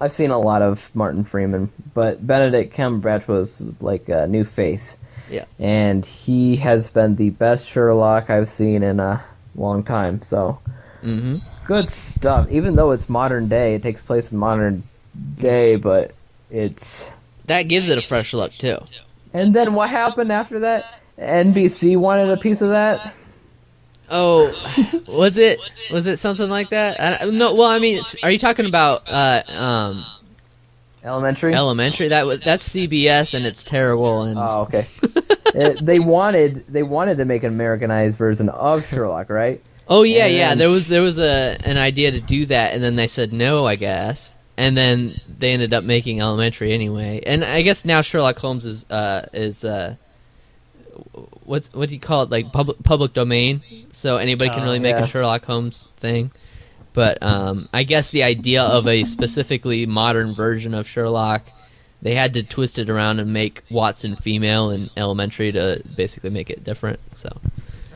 C: I've seen a lot of Martin Freeman, but Benedict Cumberbatch was like a new face.
D: Yeah.
C: And he has been the best Sherlock I've seen in a long time. So,
D: hmm
C: good stuff. Even though it's modern day, it takes place in modern day, but it's.
D: That gives it a fresh look too.
C: And then what happened after that? NBC wanted a piece of that.
D: Oh, was it was it something like that? I, don't- no. Well, I mean, it's- are you talking about uh, um,
C: Elementary.
D: Elementary? That was that's CBS and it's terrible. And
C: oh, okay. Uh, they wanted they wanted to make an Americanized version of Sherlock, right?
D: Oh yeah, yeah.
C: And-
D: There was there was a an idea to do that, and then they said no, I guess. And then they ended up making Elementary anyway. And I guess now Sherlock Holmes is uh is uh what's what do you call it like public public domain, so anybody can
E: Oh,
D: really make
C: Uh, yeah.
D: a Sherlock Holmes thing. But um, I guess the idea of a specifically modern version of Sherlock, they had to twist it around and make Watson female in Elementary to basically make it different. So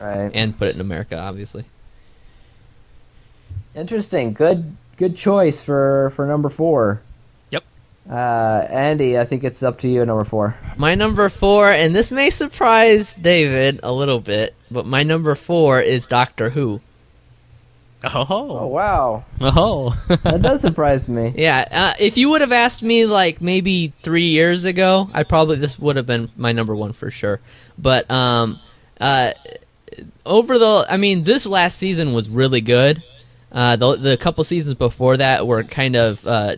C: Right.
D: and put it in America, obviously.
C: Interesting. Good good choice for for number four.
E: Yep.
C: Uh, Andy, I think it's up to you, at number four.
D: My number four, and this may surprise David a little bit, but my number four is Doctor Who.
C: Oh
E: Oh,
C: wow,
E: oh.
C: that does surprise me.
D: Yeah, uh, if you would have asked me like maybe three years ago, I probably this would have been my number one for sure. But um, uh, over the, I mean, this last season was really good. Uh, the the couple seasons before that were kind of uh,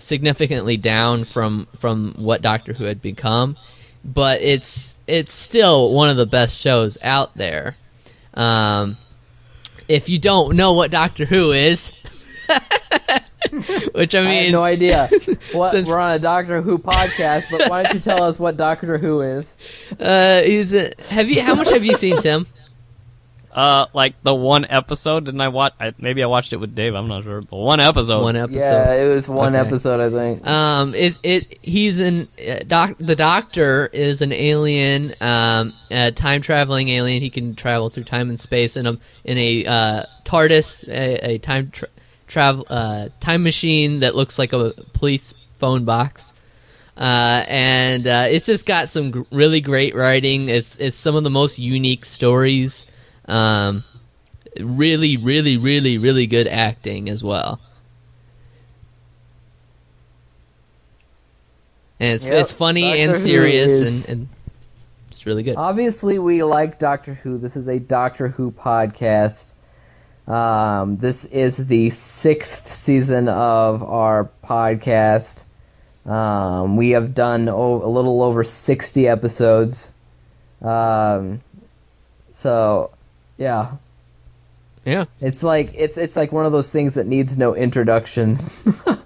D: significantly down from from what Doctor Who had become, but it's it's still one of the best shows out there. Um, if you don't know what Doctor Who is, which I
C: I,
D: mean,
C: have no idea. What
D: Since-
C: we're on a Doctor Who podcast, but why don't you tell us what Doctor Who is?
D: Uh, is it? Have you? How much have you seen Tim?
E: Uh, like the one episode. Didn't I watch? I, maybe I watched it with Dave. I'm not sure. The one episode.
D: One episode.
C: Yeah, it was one
D: Okay.
C: episode, I think.
D: Um, it it he's an uh, doc. The Doctor is an alien, um, a time traveling alien. He can travel through time and space in a in a uh, TARDIS, a, a time tra- travel uh, time machine that looks like a police phone box. Uh, and uh, it's just got some gr- really great writing. It's it's some of the most unique stories. Um, really, really, really, really good acting as well. And it's
C: Yep,
D: it's funny
C: Doctor Who
D: and serious
C: is-
D: and, and it's really good.
C: Obviously, we like Doctor Who. This is a Doctor Who podcast. Um, this is the sixth season of our podcast. Um, we have done o- a little over 60 episodes. Um, so, yeah.
D: Yeah.
C: It's like it's it's like one of those things that needs no introductions.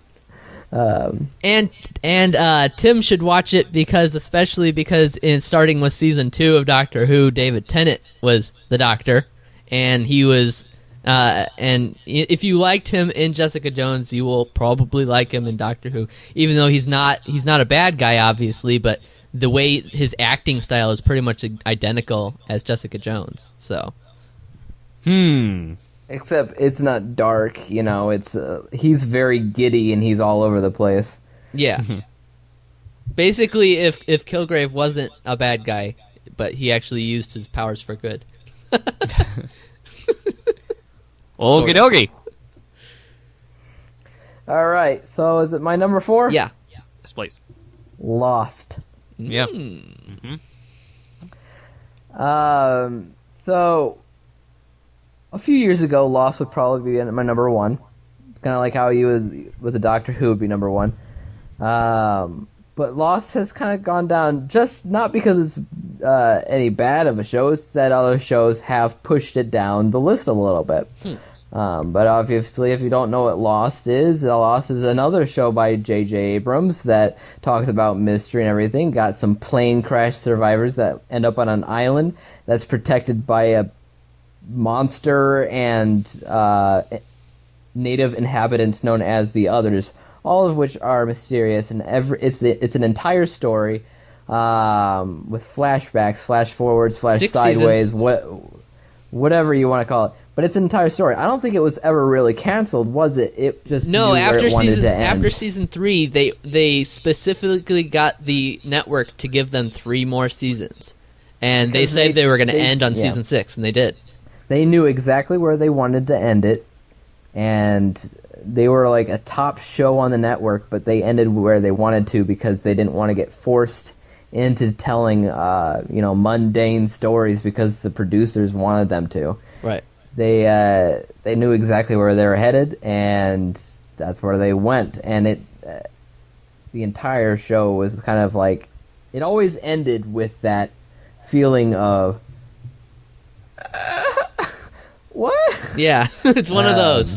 D: And and uh, Tim should watch it because especially because in starting with season two of Doctor Who, David Tennant was the Doctor, and he was. Uh, and i- if you liked him in Jessica Jones, you will probably like him in Doctor Who. Even though he's not he's not a bad guy, obviously, but the way his acting style is pretty much identical as Jessica Jones. So
E: Hmm.
C: Except it's not dark, you know. It's uh, he's very giddy and he's all over the place.
D: Yeah. Basically, if if Kilgrave wasn't a bad guy, but he actually used his powers for good.
E: Okie dokie.
C: All right, so is it my number four?
D: Yeah.
E: This place.
C: Lost.
E: Yeah.
C: Um, so a few years ago, Lost would probably be my number one. Kind of like how you would, with the Doctor Who would be number one. Um, but Lost has kind of gone down, just not because it's uh, any bad of a show. It's that other shows have pushed it down the list a little bit. Um, but obviously, if you don't know what Lost is, uh, Lost is another show by J.J. Abrams that talks about mystery and everything. Got some plane crash survivors that end up on an island that's protected by a monster and uh, native inhabitants known as the Others, all of which are mysterious. And every it's the, it's an entire story um, with flashbacks, flash forwards, flash
D: Six
C: sideways,
D: seasons.
C: what whatever you want to call it. But it's an entire story. I don't think it was ever really canceled, was it? It just
D: No,
C: knew where
D: after
C: it wanted
D: season
C: to end.
D: after season three, they they specifically got the network to give them three more seasons, and they
C: Because
D: said
C: they-
D: they, were going to
C: they-
D: end on
C: yeah.
D: season six, and they did.
C: they knew exactly where they wanted to end it and they were like a top show on the network but they ended where they wanted to because they didn't want to get forced into telling uh, you know mundane stories because the producers wanted them to
D: Right.
C: they uh, they knew exactly where they were headed, and that's where they went. And it uh, the entire show was kind of like it always ended with that feeling of what
D: Yeah, it's
C: Um,
D: one of those.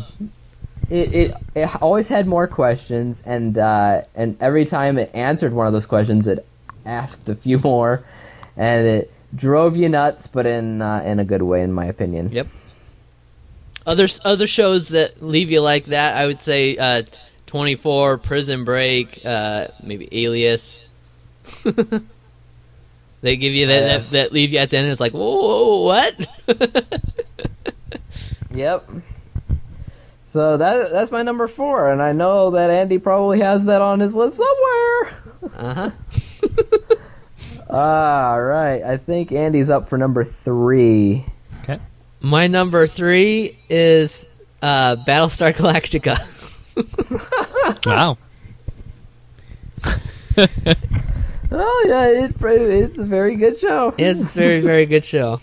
C: it, it it always had more questions and uh, and every time it answered one of those questions it asked a few more and it drove you nuts but in uh, in a good way in my opinion
D: Yep. Other other shows that leave you like that, I would say uh, Twenty Four, Prison Break, uh, maybe Alias. they give you that,
C: Yes.
D: that that leave you at the end. It's like, whoa, what?
C: Yep. So that that's my number four, and I know that Andy probably has that on his list somewhere.
D: uh huh.
C: All right, I think Andy's up for number three.
E: Okay.
D: My number three is uh, Battlestar Galactica.
E: Wow.
C: Oh yeah, it's pretty, it's a very good show.
D: it's a very very good show.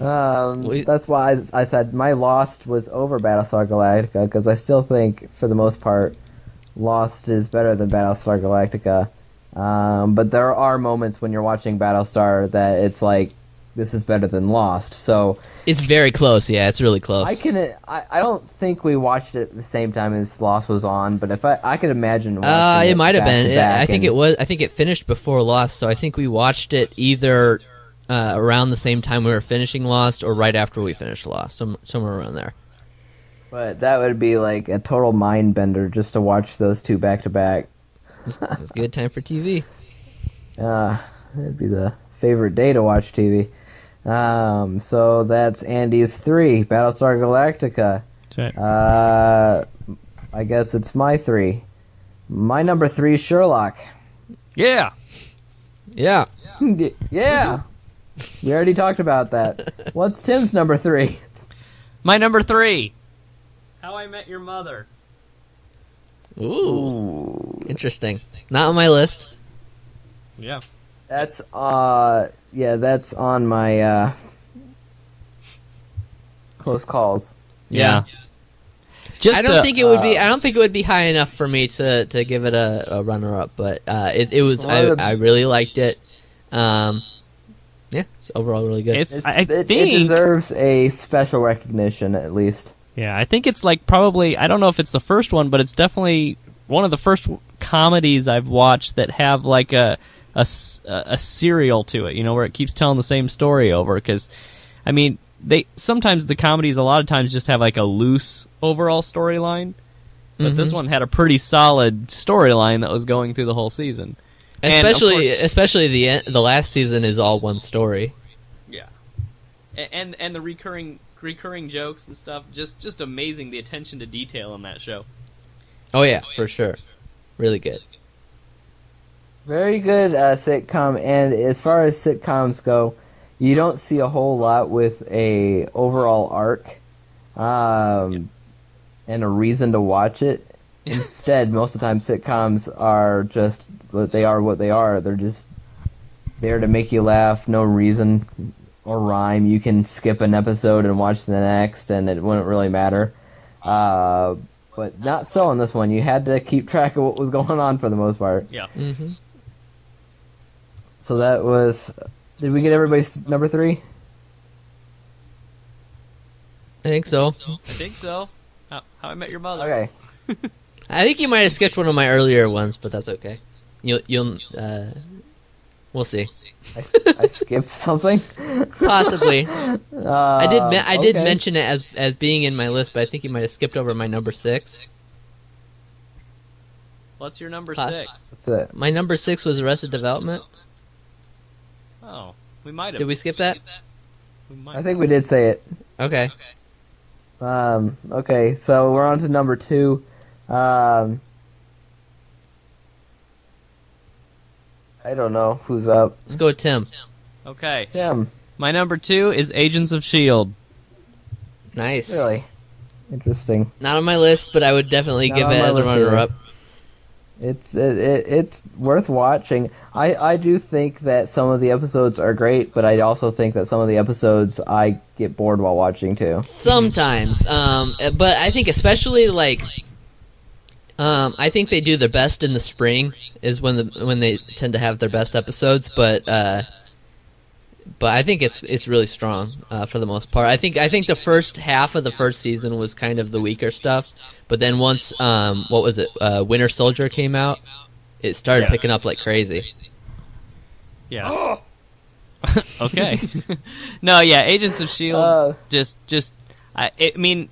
C: Um,
D: We-
C: that's why I, I said my Lost was over Battlestar Galactica because I still think, for the most part, Lost is better than Battlestar Galactica. Um, but there are moments when you're watching Battlestar that it's like this is better than Lost. So
D: It's very close. Yeah, it's really close.
C: I can. I, I don't think we watched it at the same time as Lost was on, but if I I could imagine. Watching
D: Uh, it
C: it
D: might have
C: back
D: been.
C: to
D: It-
C: back
D: I think
C: and-
D: it was. I think it finished before Lost, so I think we watched it either uh, around the same time we were finishing Lost, or right after we finished Lost, some, somewhere around there.
C: But that would be like a total mind bender just to watch those two back to back.
D: It was a good time for TV.
C: Uh, that'd be the favorite day to watch TV. Um, so that's Andy's three, Battlestar Galactica.
E: That's right.
C: Uh, I guess it's my three. My number three, Sherlock.
E: Yeah.
D: Yeah,
C: yeah, we already talked about that. What's Tim's number three?
E: My number three. How I Met Your Mother.
D: ooh, interesting. Not on my list.
E: Yeah.
C: That's uh yeah, that's on my uh close calls.
D: Yeah,
E: Just
D: I don't
E: a-
D: think it would
C: uh,
D: be. I don't think it would be high enough for me to, to give it a, a runner up. But uh, it it was.
C: It's one
D: I,
C: of the-
D: I really liked it. Um, yeah, it's overall really good.
E: It's,
C: It's,
E: I
C: it,
E: think
C: it deserves a special recognition at least.
E: Yeah, I think it's like probably I don't know if it's the first one, but it's definitely one of the first w- comedies I've watched that have like a a, s- a- a serial to it, you know, where it keeps telling the same story over cuz I mean, they sometimes the comedies a lot of times just have like a loose overall storyline, but this one had a pretty solid storyline that was going through the whole season. and of
D: especially
E: course-
D: especially the en- the last season is all one story.
E: A- And and the recurring recurring jokes and stuff, just just amazing the attention to detail in that show.
D: Oh yeah, for sure. Really good.
C: Very good uh, sitcom and as far as sitcoms go, you don't see a whole lot with a overall arc um and a reason to watch it. Instead, most of the time sitcoms are just what they are what they are. They're just there to make you laugh, no reason or rhyme. You can skip an episode and watch the next, and it wouldn't really matter. Uh, but not so on this one. You had to keep track of what was going on for the most part.
E: Yeah.
D: Mm-hmm.
C: So that was. Did we get everybody's number three?
D: I think so.
E: I think so. How, how I Met Your Mother.
C: Okay.
D: I think you might have skipped one of my earlier ones, but that's okay. You'll you'll uh, we'll see.
C: I, s- I skipped something.
D: Possibly. I did me- I did
C: okay.
D: mention it as as being in my list, but I think you might have skipped over my number six.
E: What's your number
D: Huh?
E: six?
C: That's it.
D: My number six was Arrested Development.
E: Oh, we might have.
D: Did we skip that?
E: We might
C: I think we did say it.
D: Okay.
C: Um, okay, so we're on to number two. Um, I don't know who's up.
D: Let's go with Tim.
E: Okay.
C: Tim,
E: My number two is Agents of Shield.
D: Nice.
C: really interesting.
D: Not on my list, but I would definitely
C: Not
D: give
C: on
D: it
C: my
D: as a
C: list either.
D: runner up.
C: It's it, it, it's worth watching. I I do think that some of the episodes are great, but I also think that some of the episodes I get bored while watching too.
D: Sometimes, um, but I think especially like, um, I think they do their best in the spring is when the when they tend to have their best episodes. But uh, but I think it's it's really strong uh, for the most part. I think I think the first half of the first season was kind of the weaker stuff, but then once um, what was it, uh, Winter Soldier came out, it started
E: Yeah.
D: picking up like crazy.
E: Yeah. okay. no, yeah, Agents of Shield
C: Uh.
E: E just just I I mean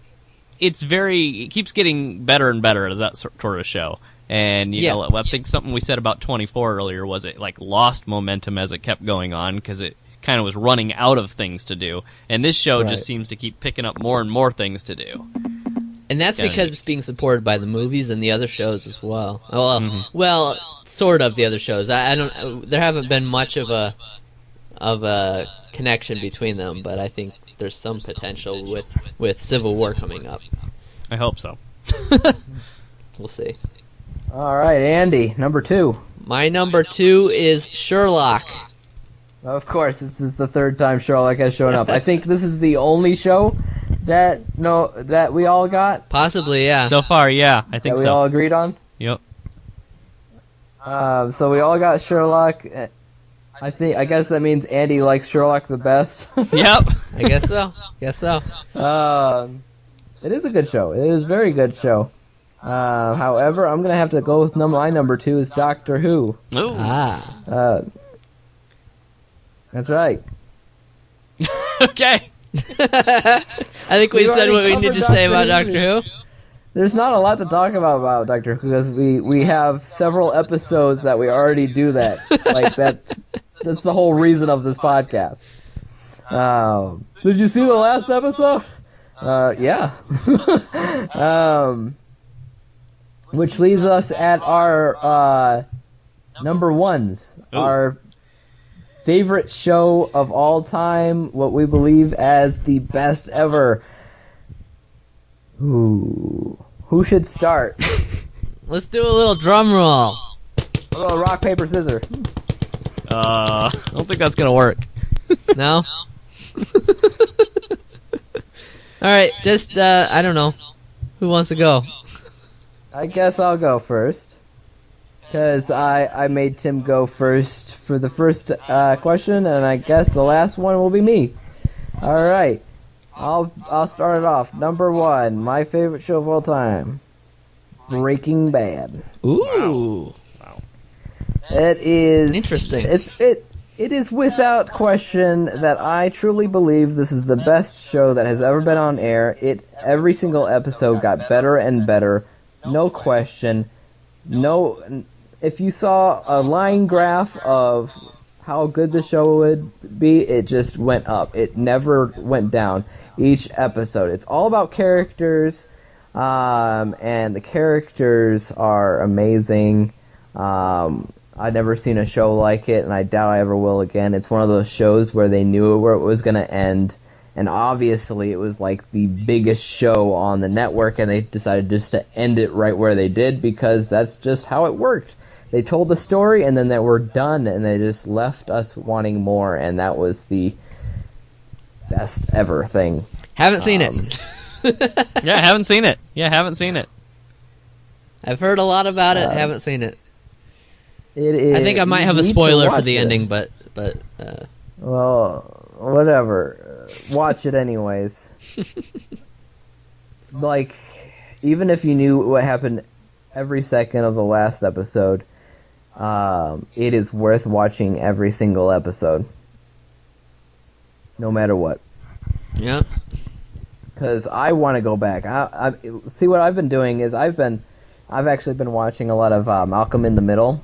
E: it's very it keeps getting better and better as that sort sort of show. And you
D: Yeah.
E: know, I think something we said about 24 earlier was it like lost momentum as it kept going on cuz it kind of was running out of things to do. And this show
C: Right.
E: just seems to keep picking up more and more things to do.
D: And that's
E: Yeah.
D: because it's being supported by the movies and the other shows as well. Oh, Well, well, sort of the other shows. I, I don't. There haven't been much of a of a connection between them, but I think there's some potential with with Civil War coming up.
E: I hope so.
D: We'll see.
C: All right, Andy, number two.
D: My number two is Sherlock.
C: Of course, this is the third time Sherlock has shown up. I think this is the only show that no that we all got
D: Possibly, yeah.
E: So far, yeah, I think
C: that we
E: so.
C: all agreed on.
E: Yep.
C: Um, so we all got Sherlock. Uh, I think I guess that means Andy likes Sherlock the best.
E: Yep.
D: I guess so. Guess so.
C: Um, it is a good show. It is a very good show. Uh, however, I'm gonna have to go with num- my number two is Doctor Who.
E: Ooh.
D: Ah,
C: Uh, that's right.
E: okay.
D: I think we,
C: We
D: said
C: already
D: what we need to
C: covered
D: say about
C: Doctor
D: Doctor Who.
C: There's not a lot to talk about about Doctor Who because we we have several episodes that we already do that. Like that. That's the whole reason of this podcast. Um, did you see the last episode? Uh, yeah. um, which leaves us at our uh, number ones,
E: Ooh.
C: our favorite show of all time, what we believe as the best ever. Ooh. Who should start?
D: Let's do a little drum roll.
C: A little rock, paper, scissors.
E: Uh, I don't think that's gonna work.
D: No. All right, just uh, I don't know who wants to go.
C: I guess I'll go first. Because I, I made Tim go first for the first uh, question, and I guess the last one will be me. Alright. I'll, I'll start it off. Number one, my favorite show of all time Breaking Bad.
D: Ooh,
C: It is
D: Interesting.
C: It's it it is without question that I truly believe this is the best show that has ever been on air. It every single episode got better and better, no question. No, if you saw a line graph of how good the show would be, it just went up. It never went down. Each episode, it's all about characters, um, and the characters are amazing. Um, I've never seen a show like it, and I doubt I ever will again. It's one of those shows where they knew where it was going to end, and obviously it was like the biggest show on the network, and they decided just to end it right where they did because that's just how it worked. They told the story, and then they were done, and they just left us wanting more, and that was the best ever thing.
D: haven't seen
C: Um,
D: it.
E: Yeah, haven't seen it. Yeah, haven't seen it.
D: I've heard a lot about it.
C: uh,
D: haven't seen it.
C: It is.
D: I think I might
C: you
D: have a
C: need to
D: spoiler for
C: watch
D: the
C: it.
D: ending, but but uh,
C: Well, whatever. Uh, Watch it anyways. like, even if you knew what happened every second of the last episode, um, it is worth watching every single episode. No matter what.
D: yeah.
C: Because I want to go back. I, I, see, what I've been doing is I've been. I've actually been watching a lot of uh, Malcolm in the Middle,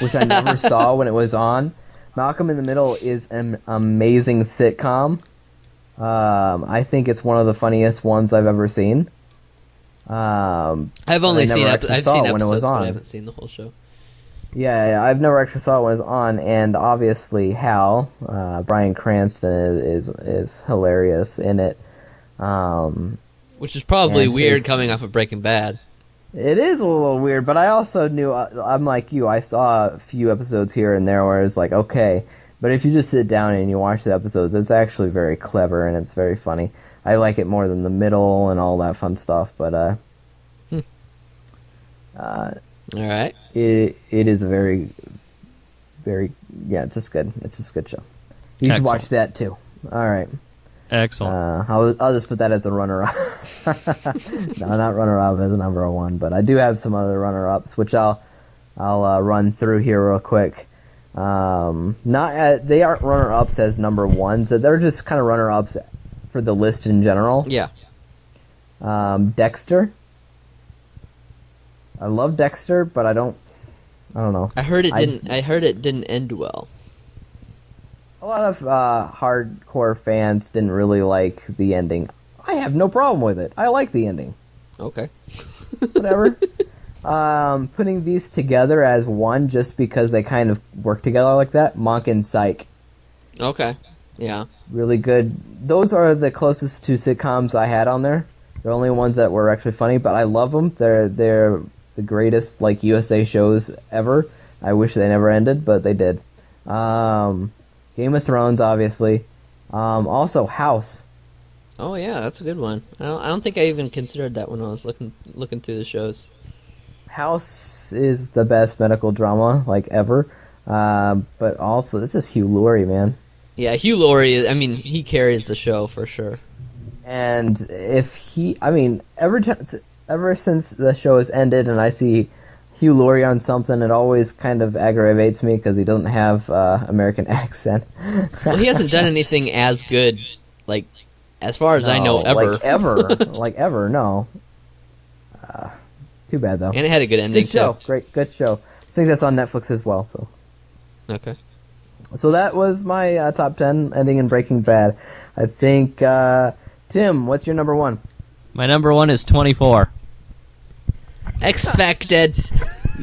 C: which I never saw when it was on. Malcolm in the Middle is an amazing sitcom. Um, I think it's one of the funniest ones I've ever seen. Um,
D: I've
C: I
D: only
C: never
D: seen ep-
C: actually
D: I've
C: saw
D: seen
C: it when it was
D: episodes, but
C: on.
D: I haven't seen the whole show.
C: yeah, I've never actually saw it when it was on, and obviously Hal, uh, Brian Cranston is, is is hilarious in it. Um,
D: Which is probably
C: And
D: weird
C: his-
D: coming off of Breaking Bad.
C: It is a little weird, but I also knew I, I'm like you. I saw a few episodes here and there where it's like okay, but if you just sit down and you watch the episodes, it's actually very clever and it's very funny. I like it more than the middle and all that fun stuff, but uh,
D: All right.
C: it it is a very, very yeah, it's just good. It's just a good show. You should
E: Excellent.
C: watch that too. All right.
E: Excellent.
C: Uh, I'll, I'll just put that as a runner up. no, not runner up as a number one, but I do have some other runner ups, which I'll I'll uh, run through here real quick. Um, not uh they aren't runner ups as number ones; that they're just kind of runner ups for the list in general.
D: Yeah.
C: Um, Dexter. I love Dexter, but I don't. I don't know.
D: I heard it
C: I-
D: didn't. I, heard it didn't end well.
C: A lot of uh, hardcore fans didn't really like the ending. I have no problem with it. I like the ending.
D: Okay.
C: whatever. um, putting these together as one just because they kind of work together like that. Monk and Psych,
D: Okay. Yeah.
C: really good. Those are the closest to sitcoms I had on there. They're only ones that were actually funny, but I love them. They're they're the greatest like USA shows ever. I wish they never ended, but they did. Um, Game of Thrones, obviously. Um, also House.
D: Oh yeah, that's a good one. I don't. I don't think I even considered that when I was looking looking through the shows.
C: House is the best medical drama like ever. Um, but also it's just Hugh Laurie, man.
D: Yeah, Hugh Laurie. I mean, he carries the show for sure.
C: And if he, I mean, ever since ever since the show has ended, and I see Hugh Laurie on something, it always kind of aggravates me because he doesn't have uh, American accent.
D: Well, he hasn't done anything as good, like as far as I
C: No,
D: know, ever.
C: like ever, like ever. No, uh, too bad though.
D: and it had a good ending
C: Good show,
D: too.
C: great, good show. I think that's on Netflix as well. So,
D: Okay.
C: so that was my uh, top ten ending in Breaking Bad. I think uh, Tim, what's your number one?
E: My number one is 24.
D: Expected.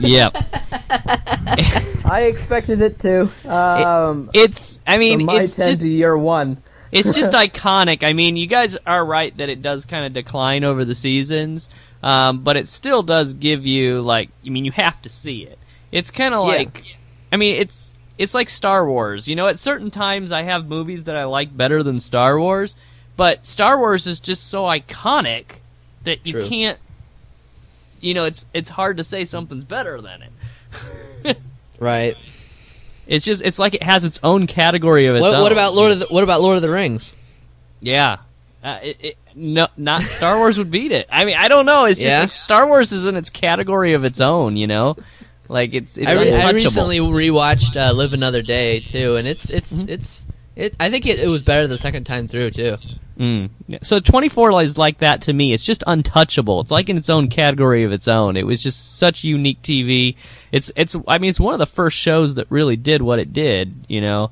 E: Yep.
C: I expected it to. Um,
E: it's, I
C: from
E: mean,
C: my
E: it's
C: ten
E: just,
C: to your one.
E: it's just iconic. I mean, you guys are right that it does kind of decline over the seasons, um, but it still does give you, like, I mean, you have to see it. It's kind of
D: Yeah.
E: like, I mean, it's. It's like Star Wars. You know, at certain times I have movies that I like better than Star Wars, but Star Wars is just so iconic that you
D: True.
E: can't you know, it's it's hard to say something's better than it.
D: Right.
E: It's just it's like it has its own category of its
D: What,
E: own.
D: what about Lord of the, What about Lord of the Rings?
E: Yeah. Uh, it, it, no, not Star Wars would beat it. I mean, I don't know. It's just
D: Yeah.
E: like Star Wars is in its category of its own. You know, like it's it's
D: I, re- I
E: untouchable.
D: recently rewatched uh, Live Another Day too, and it's it's it's it. I think it, it was better the second time through too.
E: Mm. Yeah. So 24 is like that to me. It's just untouchable. It's like in its own category of its own. It was just such unique TV. It's it's. I mean, it's one of the first shows that really did what it did. You know.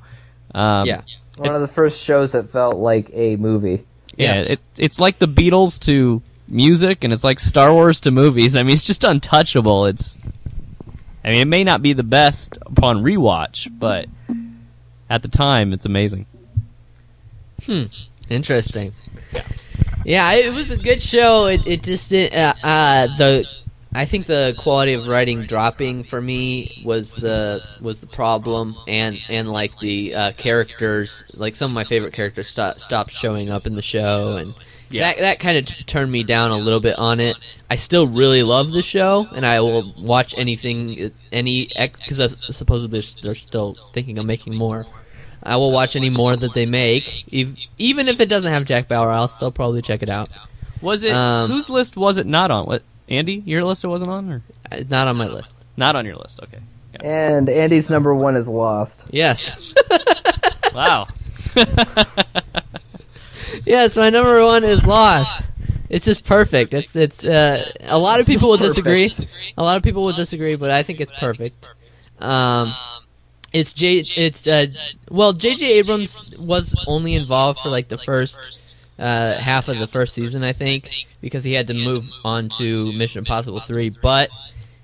E: Um,
D: yeah.
C: One of the first shows that felt like a movie.
E: Yeah,
D: Yeah.
E: It, it's like the Beatles to music, and it's like Star Wars to movies. I mean, it's just untouchable. It's, I mean, it may not be the best upon rewatch, but at the time, it's amazing.
D: Interesting. Yeah, it was a good show. It, it just did uh, uh, the. I think the quality of writing dropping for me was the was the problem, and and like the uh, characters, like some of my favorite characters sto- stopped showing up in the show, and
E: Yeah.
D: that that kind of t- turned me down a little bit on it. I still really love the show, and I will watch anything, any because supposedly they're, they're still thinking of making more. I will watch any more that they make, ev- even if it doesn't have Jack Bauer. I'll still probably check it out.
E: Was it
D: Um,
E: whose list was it not on? What Andy, your list it wasn't on, or
D: Uh, Not on my list.
E: not on your list? Okay. Yeah.
C: And Andy's number one is Lost.
D: Yes,
E: Wow.
D: yes. My number one is Lost. It's just perfect. It's it's. Uh, a lot of
C: It's
D: people will
C: just
D: disagree.
C: perfect.
D: A lot of people will disagree, but I think it's perfect. Um, it's J. It's uh. Well, J.J. Abrams was only involved for like the first uh, half of the first season, I think, because he had to move on to Mission Impossible Three. But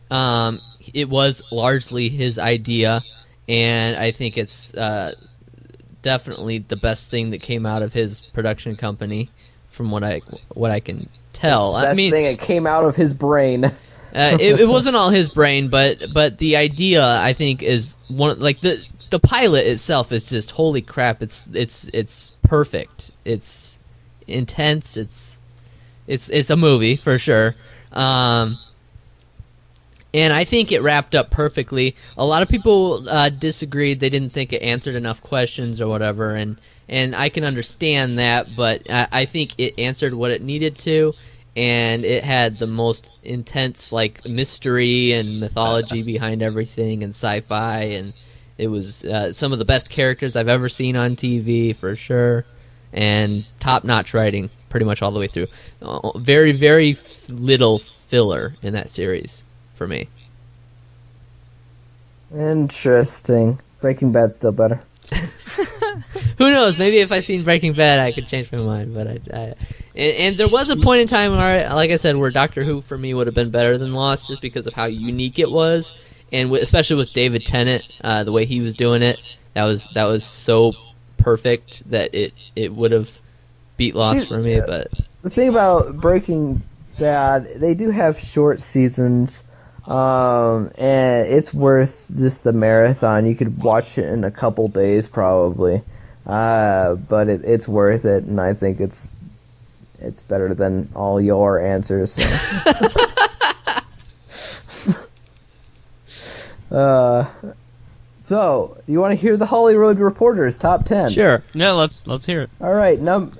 D: um, it was largely his idea, and I think it's uh, definitely the best thing that came out of his production company, from what I what I can tell. I
C: Best
D: mean,
C: thing, it came out of his brain.
D: uh, it, it wasn't all his brain, but but the idea I think is one like the the pilot itself is just holy crap. It's it's it's perfect. It's intense. It's it's it's a movie for sure. Um, and I think it wrapped up perfectly. A lot of people uh, disagreed; they didn't think it answered enough questions or whatever, and and I can understand that. But I, I think it answered what it needed to, and it had the most intense like mystery and mythology behind everything, and sci-fi, and it was uh, some of the best characters I've ever seen on TV for sure, and top-notch writing pretty much all the way through. Uh, Very very f- little filler in that series for me.
C: Interesting. Breaking Bad's still better.
D: Who knows? Maybe if I seen Breaking Bad, I could change my mind. But I, I and, and there was a point in time where, like I said, where Doctor Who for me would have been better than Lost, just because of how unique it was, and with, especially with David Tennant, uh, the way he was doing it, that was that was so perfect that it it would have beat Lost
C: See,
D: for me.
C: yeah.
D: But
C: The thing about Breaking Bad, they do have short seasons, um, and it's worth just the marathon. You could watch it in a couple days, probably, uh, but it, it's worth it, and I think it's it's better than all your answers. so. uh, so you want to hear the Hollywood Reporter's top ten?
D: sure,
E: No, let's let's hear it.
C: All right, num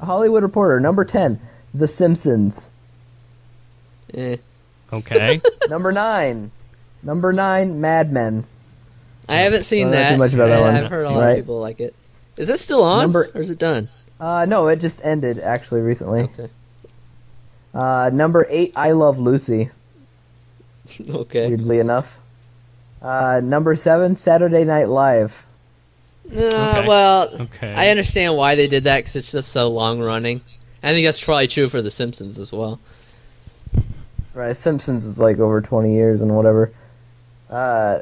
C: Hollywood Reporter number 10, The Simpsons.
D: eh.
E: Okay.
C: number 9. Number 9, Mad Men.
D: I haven't seen
C: Don't know
D: that.
C: too much about that
D: I,
C: one.
D: I've heard a lot
C: Right.
D: of people like it. Is it still on,
C: Number-
D: or is it done?
C: Uh no, it just ended actually recently.
D: Okay.
C: Uh number 8, I Love Lucy,
D: Okay.
C: weirdly enough. Uh number 7, Saturday Night Live.
D: Uh, Well,
E: Okay.
D: I understand why they did that because it's just so long running. I think that's probably true for The Simpsons as well.
C: Right, Simpsons is like over 20 years and whatever. Uh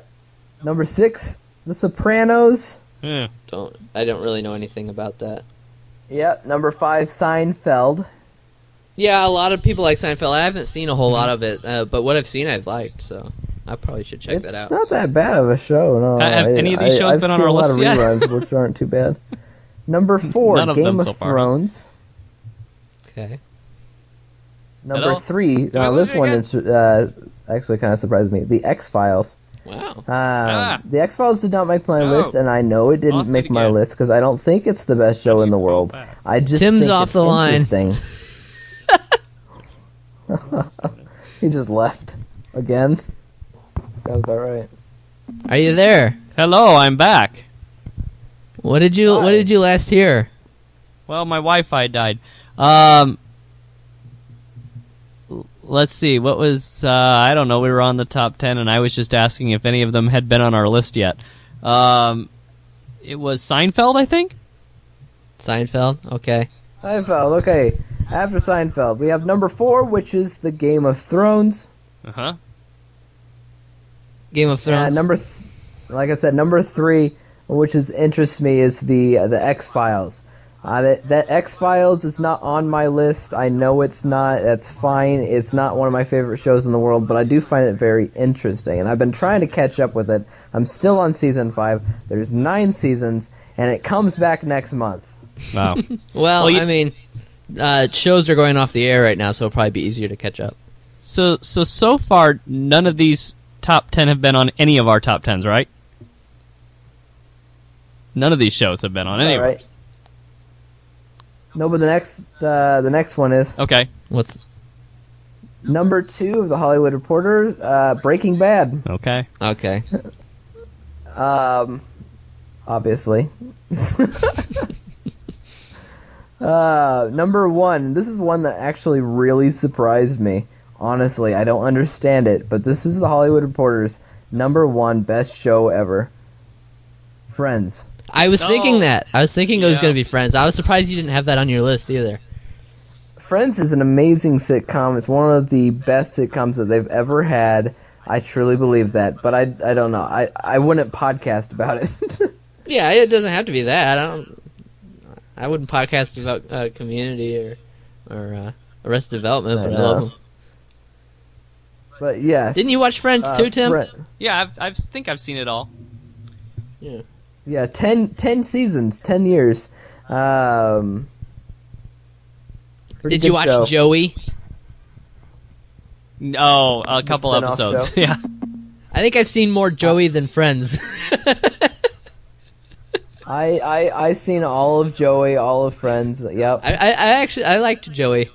C: number 6, The Sopranos.
E: Yeah.
D: Don't I don't really know anything about that.
C: Yep, number 5, Seinfeld.
D: Yeah, a lot of people like Seinfeld. I haven't seen a whole lot of it, uh, but what I've seen, I've liked. So I probably should check
C: it's
D: that out.
C: not that bad of a show. No,
E: Ha- have
C: I-
E: any of these
C: I-
E: shows
C: I've
E: been on
C: seen
E: our
C: a lot
E: list
C: of
E: yet?
C: reruns, which aren't too bad. Number four,
E: None of
C: Game
E: them
C: of
E: so far.
C: Thrones.
D: Okay.
C: Number
E: all?
C: three, now
E: we
C: this
E: lose it
C: one
E: again?
C: is, uh, actually kind of surprised me. The X Files.
D: Wow.
C: Um,
E: Ah.
C: The X Files did not make my
E: Oh.
C: list, and I know it didn't
E: Lost it
C: make my
E: again.
C: list because I don't think it's the best show in the world.
E: back.
C: I just
D: Tim's
C: think
D: off
C: it's
D: the line.
C: interesting. he just left again. Sounds about right.
D: Are you there?
E: Hello, I'm back.
D: What did you What
C: Hi.
D: did you last hear?
E: Well, my Wi-Fi died. Um, l- let's see. What was uh, I don't know. We were on the top ten, and I was just asking if any of them had been on our list yet. Um, it was Seinfeld, I think.
D: Seinfeld. Okay.
C: Seinfeld, okay. After Seinfeld, we have number four, which is the Game of Thrones.
E: Uh huh.
D: Game of
C: Uh,
D: Thrones.
C: number, th- like I said, number three, which is interests me, is the uh, the X Files. Uh, that that X Files is not on my list. I know it's not. That's fine. It's not one of my favorite shows in the world, but I do find it very interesting, and I've been trying to catch up with it. I'm still on season five. There's nine seasons, and it comes back next month.
E: Wow.
D: well,
E: Well, you-
D: I mean, uh, shows are going off the air right now, so it'll probably be easier to catch up.
E: so so so far, none of these top ten have been on any of our top tens, right? None of these shows have been on any. of
C: All right.
E: ours.
C: No, but the next uh, the next one is.
E: Okay.
D: What's
C: Number two of the Hollywood Reporter, uh, Breaking Bad.
E: Okay.
D: okay?
C: Um, obviously. uh, number one. This is one that actually really surprised me. Honestly, I don't understand it, but this is the Hollywood Reporter's number one best show ever. Friends.
D: I was
E: No.
D: thinking that. I was thinking it was
E: Yeah.
D: going to be Friends. I was surprised you didn't have that on your list either.
C: Friends is an amazing sitcom. It's one of the best sitcoms that they've ever had. I truly believe that, but I, I don't know. I, I wouldn't podcast about it.
D: Yeah, it doesn't have to be that. I don't. I wouldn't podcast about uh, Community or or uh, Arrest Development,
C: I
D: but I
C: know.
D: love 'em.
C: But yes.
D: Didn't you watch Friends
C: uh,
D: too, Tim?
C: Fri-
E: Yeah, I've, I've think I've seen it all.
C: yeah, 10, 10 seasons, 10 years. Um, pretty
D: Did you
C: good
D: watch
C: show.
D: Joey?
E: Oh, a couple
C: spin-off
E: episodes.
C: show.
E: Yeah.
D: I think I've seen more Joey than Friends.
C: I I I seen all of Joey, all of Friends. Yep.
D: I, I, I actually I liked Joey.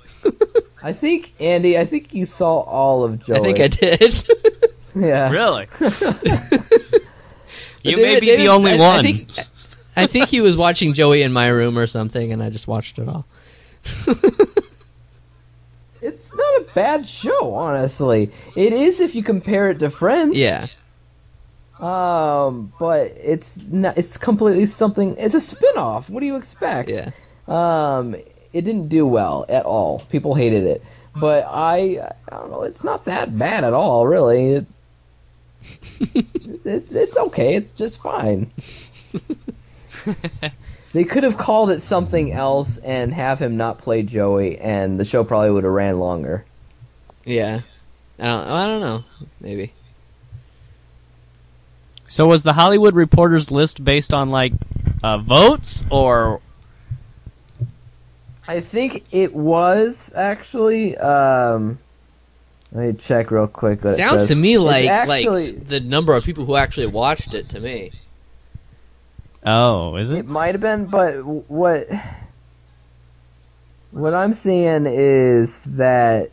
C: I think Andy, I think you saw all of Joey.
D: I think I did.
C: Yeah.
E: Really? you
D: But
E: may
D: David-
E: be
D: David-
E: the only
D: I-
E: one.
D: I think, I think he was watching Joey in my room or something, and I just watched it all.
C: It's not a bad show, honestly. It is if you compare it to Friends.
D: Yeah,
C: Um, but it's not. It's completely something. It's a spin-off. What do you expect?
D: yeah.
C: Um, it didn't do well at all. People hated it. But I, I don't know. It's not that bad at all, really. It, it's, it's it's okay. It's just fine. they could have called it something else and have him not play Joey, and the show probably would have ran longer.
D: Yeah. I don't, I don't know. Maybe.
E: so was the Hollywood Reporter's list based on like uh, votes or
C: I think it was actually. Um, let me check real quick. What it
D: Sounds
C: says.
D: to me
C: It's
D: like
C: actually,
D: like the number of people who actually watched it to me.
E: Oh, is it?
C: it might have been, but w- what what I'm seeing is that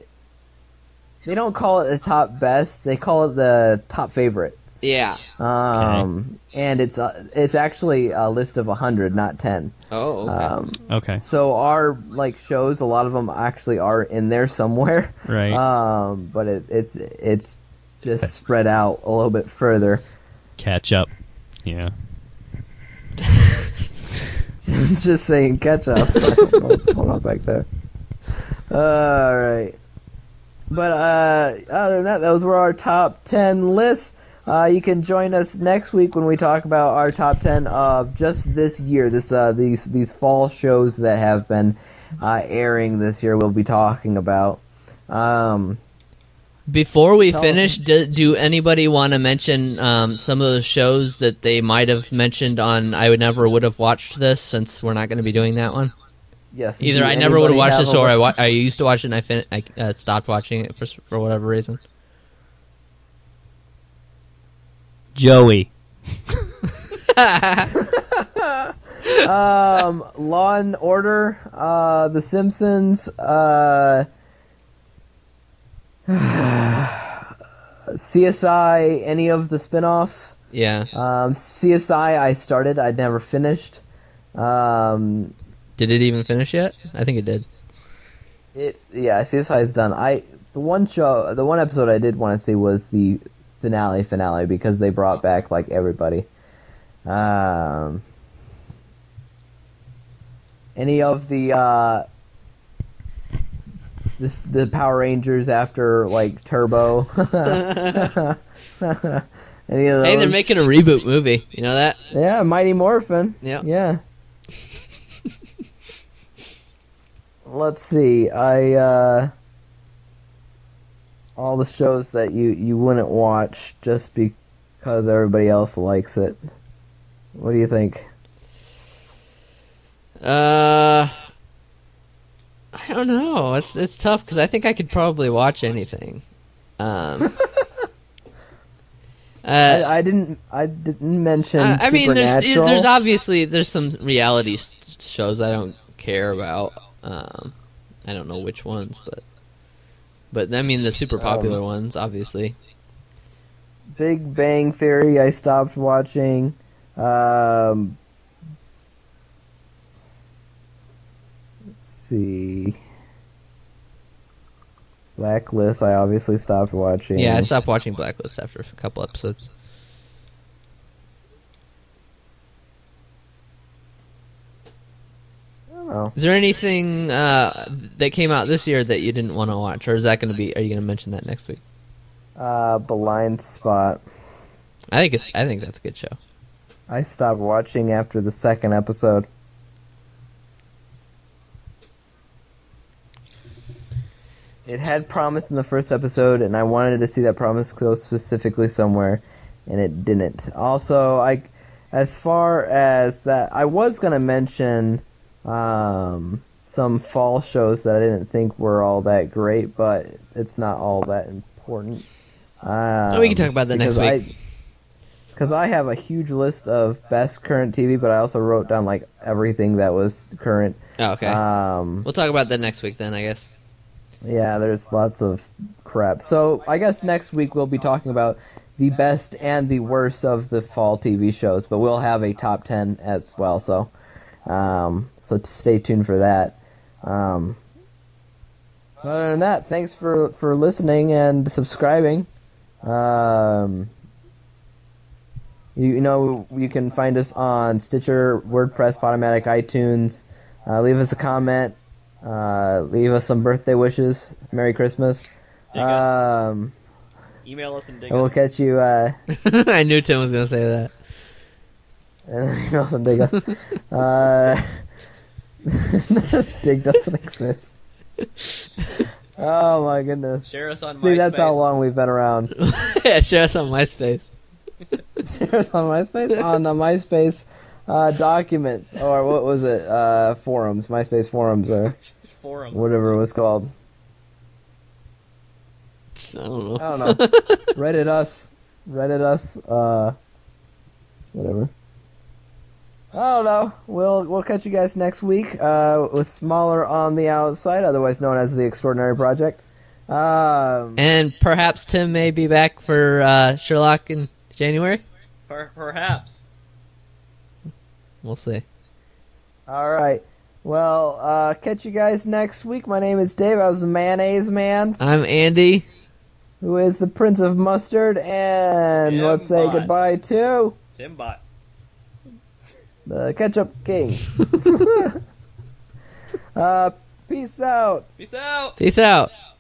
C: they don't call it the top best; they call it the top favorites.
D: Yeah.
C: Um, and it's uh, it's actually a list of hundred, not ten.
D: Oh. Okay.
C: Um,
E: Okay.
C: so our like shows, a lot of them actually are in there somewhere.
E: Right.
C: Um, but it, it's it's just spread out a little bit further.
E: Catch up. Yeah.
C: It's just saying catch up. I don't know what's going on back there. All right. But uh, other than that, those were our top ten lists. Uh, you can join us next week when we talk about our top ten of just this year. This uh, these these fall shows that have been uh, airing this year. We'll be talking about. Um,
D: Before we
C: Tell us-
D: finish, do, do anybody want to mention um, some of the shows that they might have mentioned on I would never would have watched this since we're not going to be doing that one?
C: yes.
D: Either
C: do
D: I never would have
C: anybody
D: watched this
C: a
D: or I,
C: list?
D: wa- I used to watch it and I, fin- I uh, stopped watching it for, s- for whatever reason.
E: Joey.
C: um, Law and Order, uh, The Simpsons, uh, CSI, any of the spin-offs.
D: Yeah.
C: Um, CSI, I started, I never finished. Um,
D: Did it even finish yet? I think it did.
C: it yeah, CSI is done. I the one show, the one episode I did want to see was the finale finale because they brought back like everybody. Um, any of the uh, the the Power Rangers after like Turbo. Any of those?
D: Hey, they're making a reboot movie. You know that?
C: yeah Mighty Morphin.
D: Yeah.
C: Yeah. Let's see. I uh all the shows that you you wouldn't watch just because everybody else likes it. What do you think?
D: Uh, I don't know. It's it's tough because I think I could probably watch anything. Um, uh,
C: I, I didn't I didn't mention
D: I, I mean, there's
C: Supernatural.
D: there's obviously there's some reality s- shows I don't care about. Um, I don't know which ones, but but I mean the super popular ones, obviously.
C: Big Bang Theory I stopped watching. Um Let's see. Blacklist I obviously stopped watching.
D: Yeah, I stopped watching Blacklist after a couple episodes.
C: Oh.
D: Is there anything uh, that came out this year that you didn't want to watch, or is that going to be? Are you going to mention that next week?
C: Uh Blind Spot.
D: I think it's. I think that's a good show.
C: I stopped watching after the second episode. It had promise in the first episode, and I wanted to see that promise go specifically somewhere, and it didn't. Also, I, as far as that, I was gonna mention, um, some fall shows that I didn't think were all that great, but it's not all that important. Um,
D: Oh, we can talk about that next week.
C: Because I, have a huge list of best current TV, but I also wrote down like everything that was current.
D: Oh, okay.
C: Um,
D: we'll talk about that next week then, I guess.
C: yeah, there's lots of crap. So I guess next week we'll be talking about the best and the worst of the fall TV shows, but we'll have a top ten as well. So, um, so t- stay tuned for that. Um, other than that, thanks for for listening and subscribing. Um, you, you know you can find us on Stitcher, WordPress, Podomatic, iTunes. Uh, leave us a comment. Uh, leave us some birthday wishes. Merry Christmas.
E: Dig us.
C: Um,
E: Email us and dig
C: and we'll
E: us.
C: catch you uh
D: I knew Tim was going to say that.
C: and email us and dig us. uh dig doesn't exist. Oh my goodness.
E: Share us on
C: See that's how
E: MySpace.
C: long we've been around.
D: yeah, share us on MySpace.
C: Share us on MySpace? on the MySpace uh documents or what was it? Uh forums, MySpace forums or
E: These forums.
C: whatever it was called.
D: I don't know.
C: I don't know. Reddit us. Reddit us. Uh, whatever. I don't know. We'll we'll catch you guys next week uh, with smaller on the outside, otherwise known as the Extraordinary Project. Um,
D: And perhaps Tim may be back for uh, Sherlock in January.
E: Per- perhaps.
D: We'll see.
C: all right. Well, uh, catch you guys next week. My name is Dave. I was the mayonnaise man,
D: I'm Andy.
C: who is the Prince of Mustard, and
E: Yeah,
C: let's say
E: bye.
C: goodbye to
E: Timbot.
C: the Ketchup King. uh, peace out.
E: Peace out.
D: Peace out.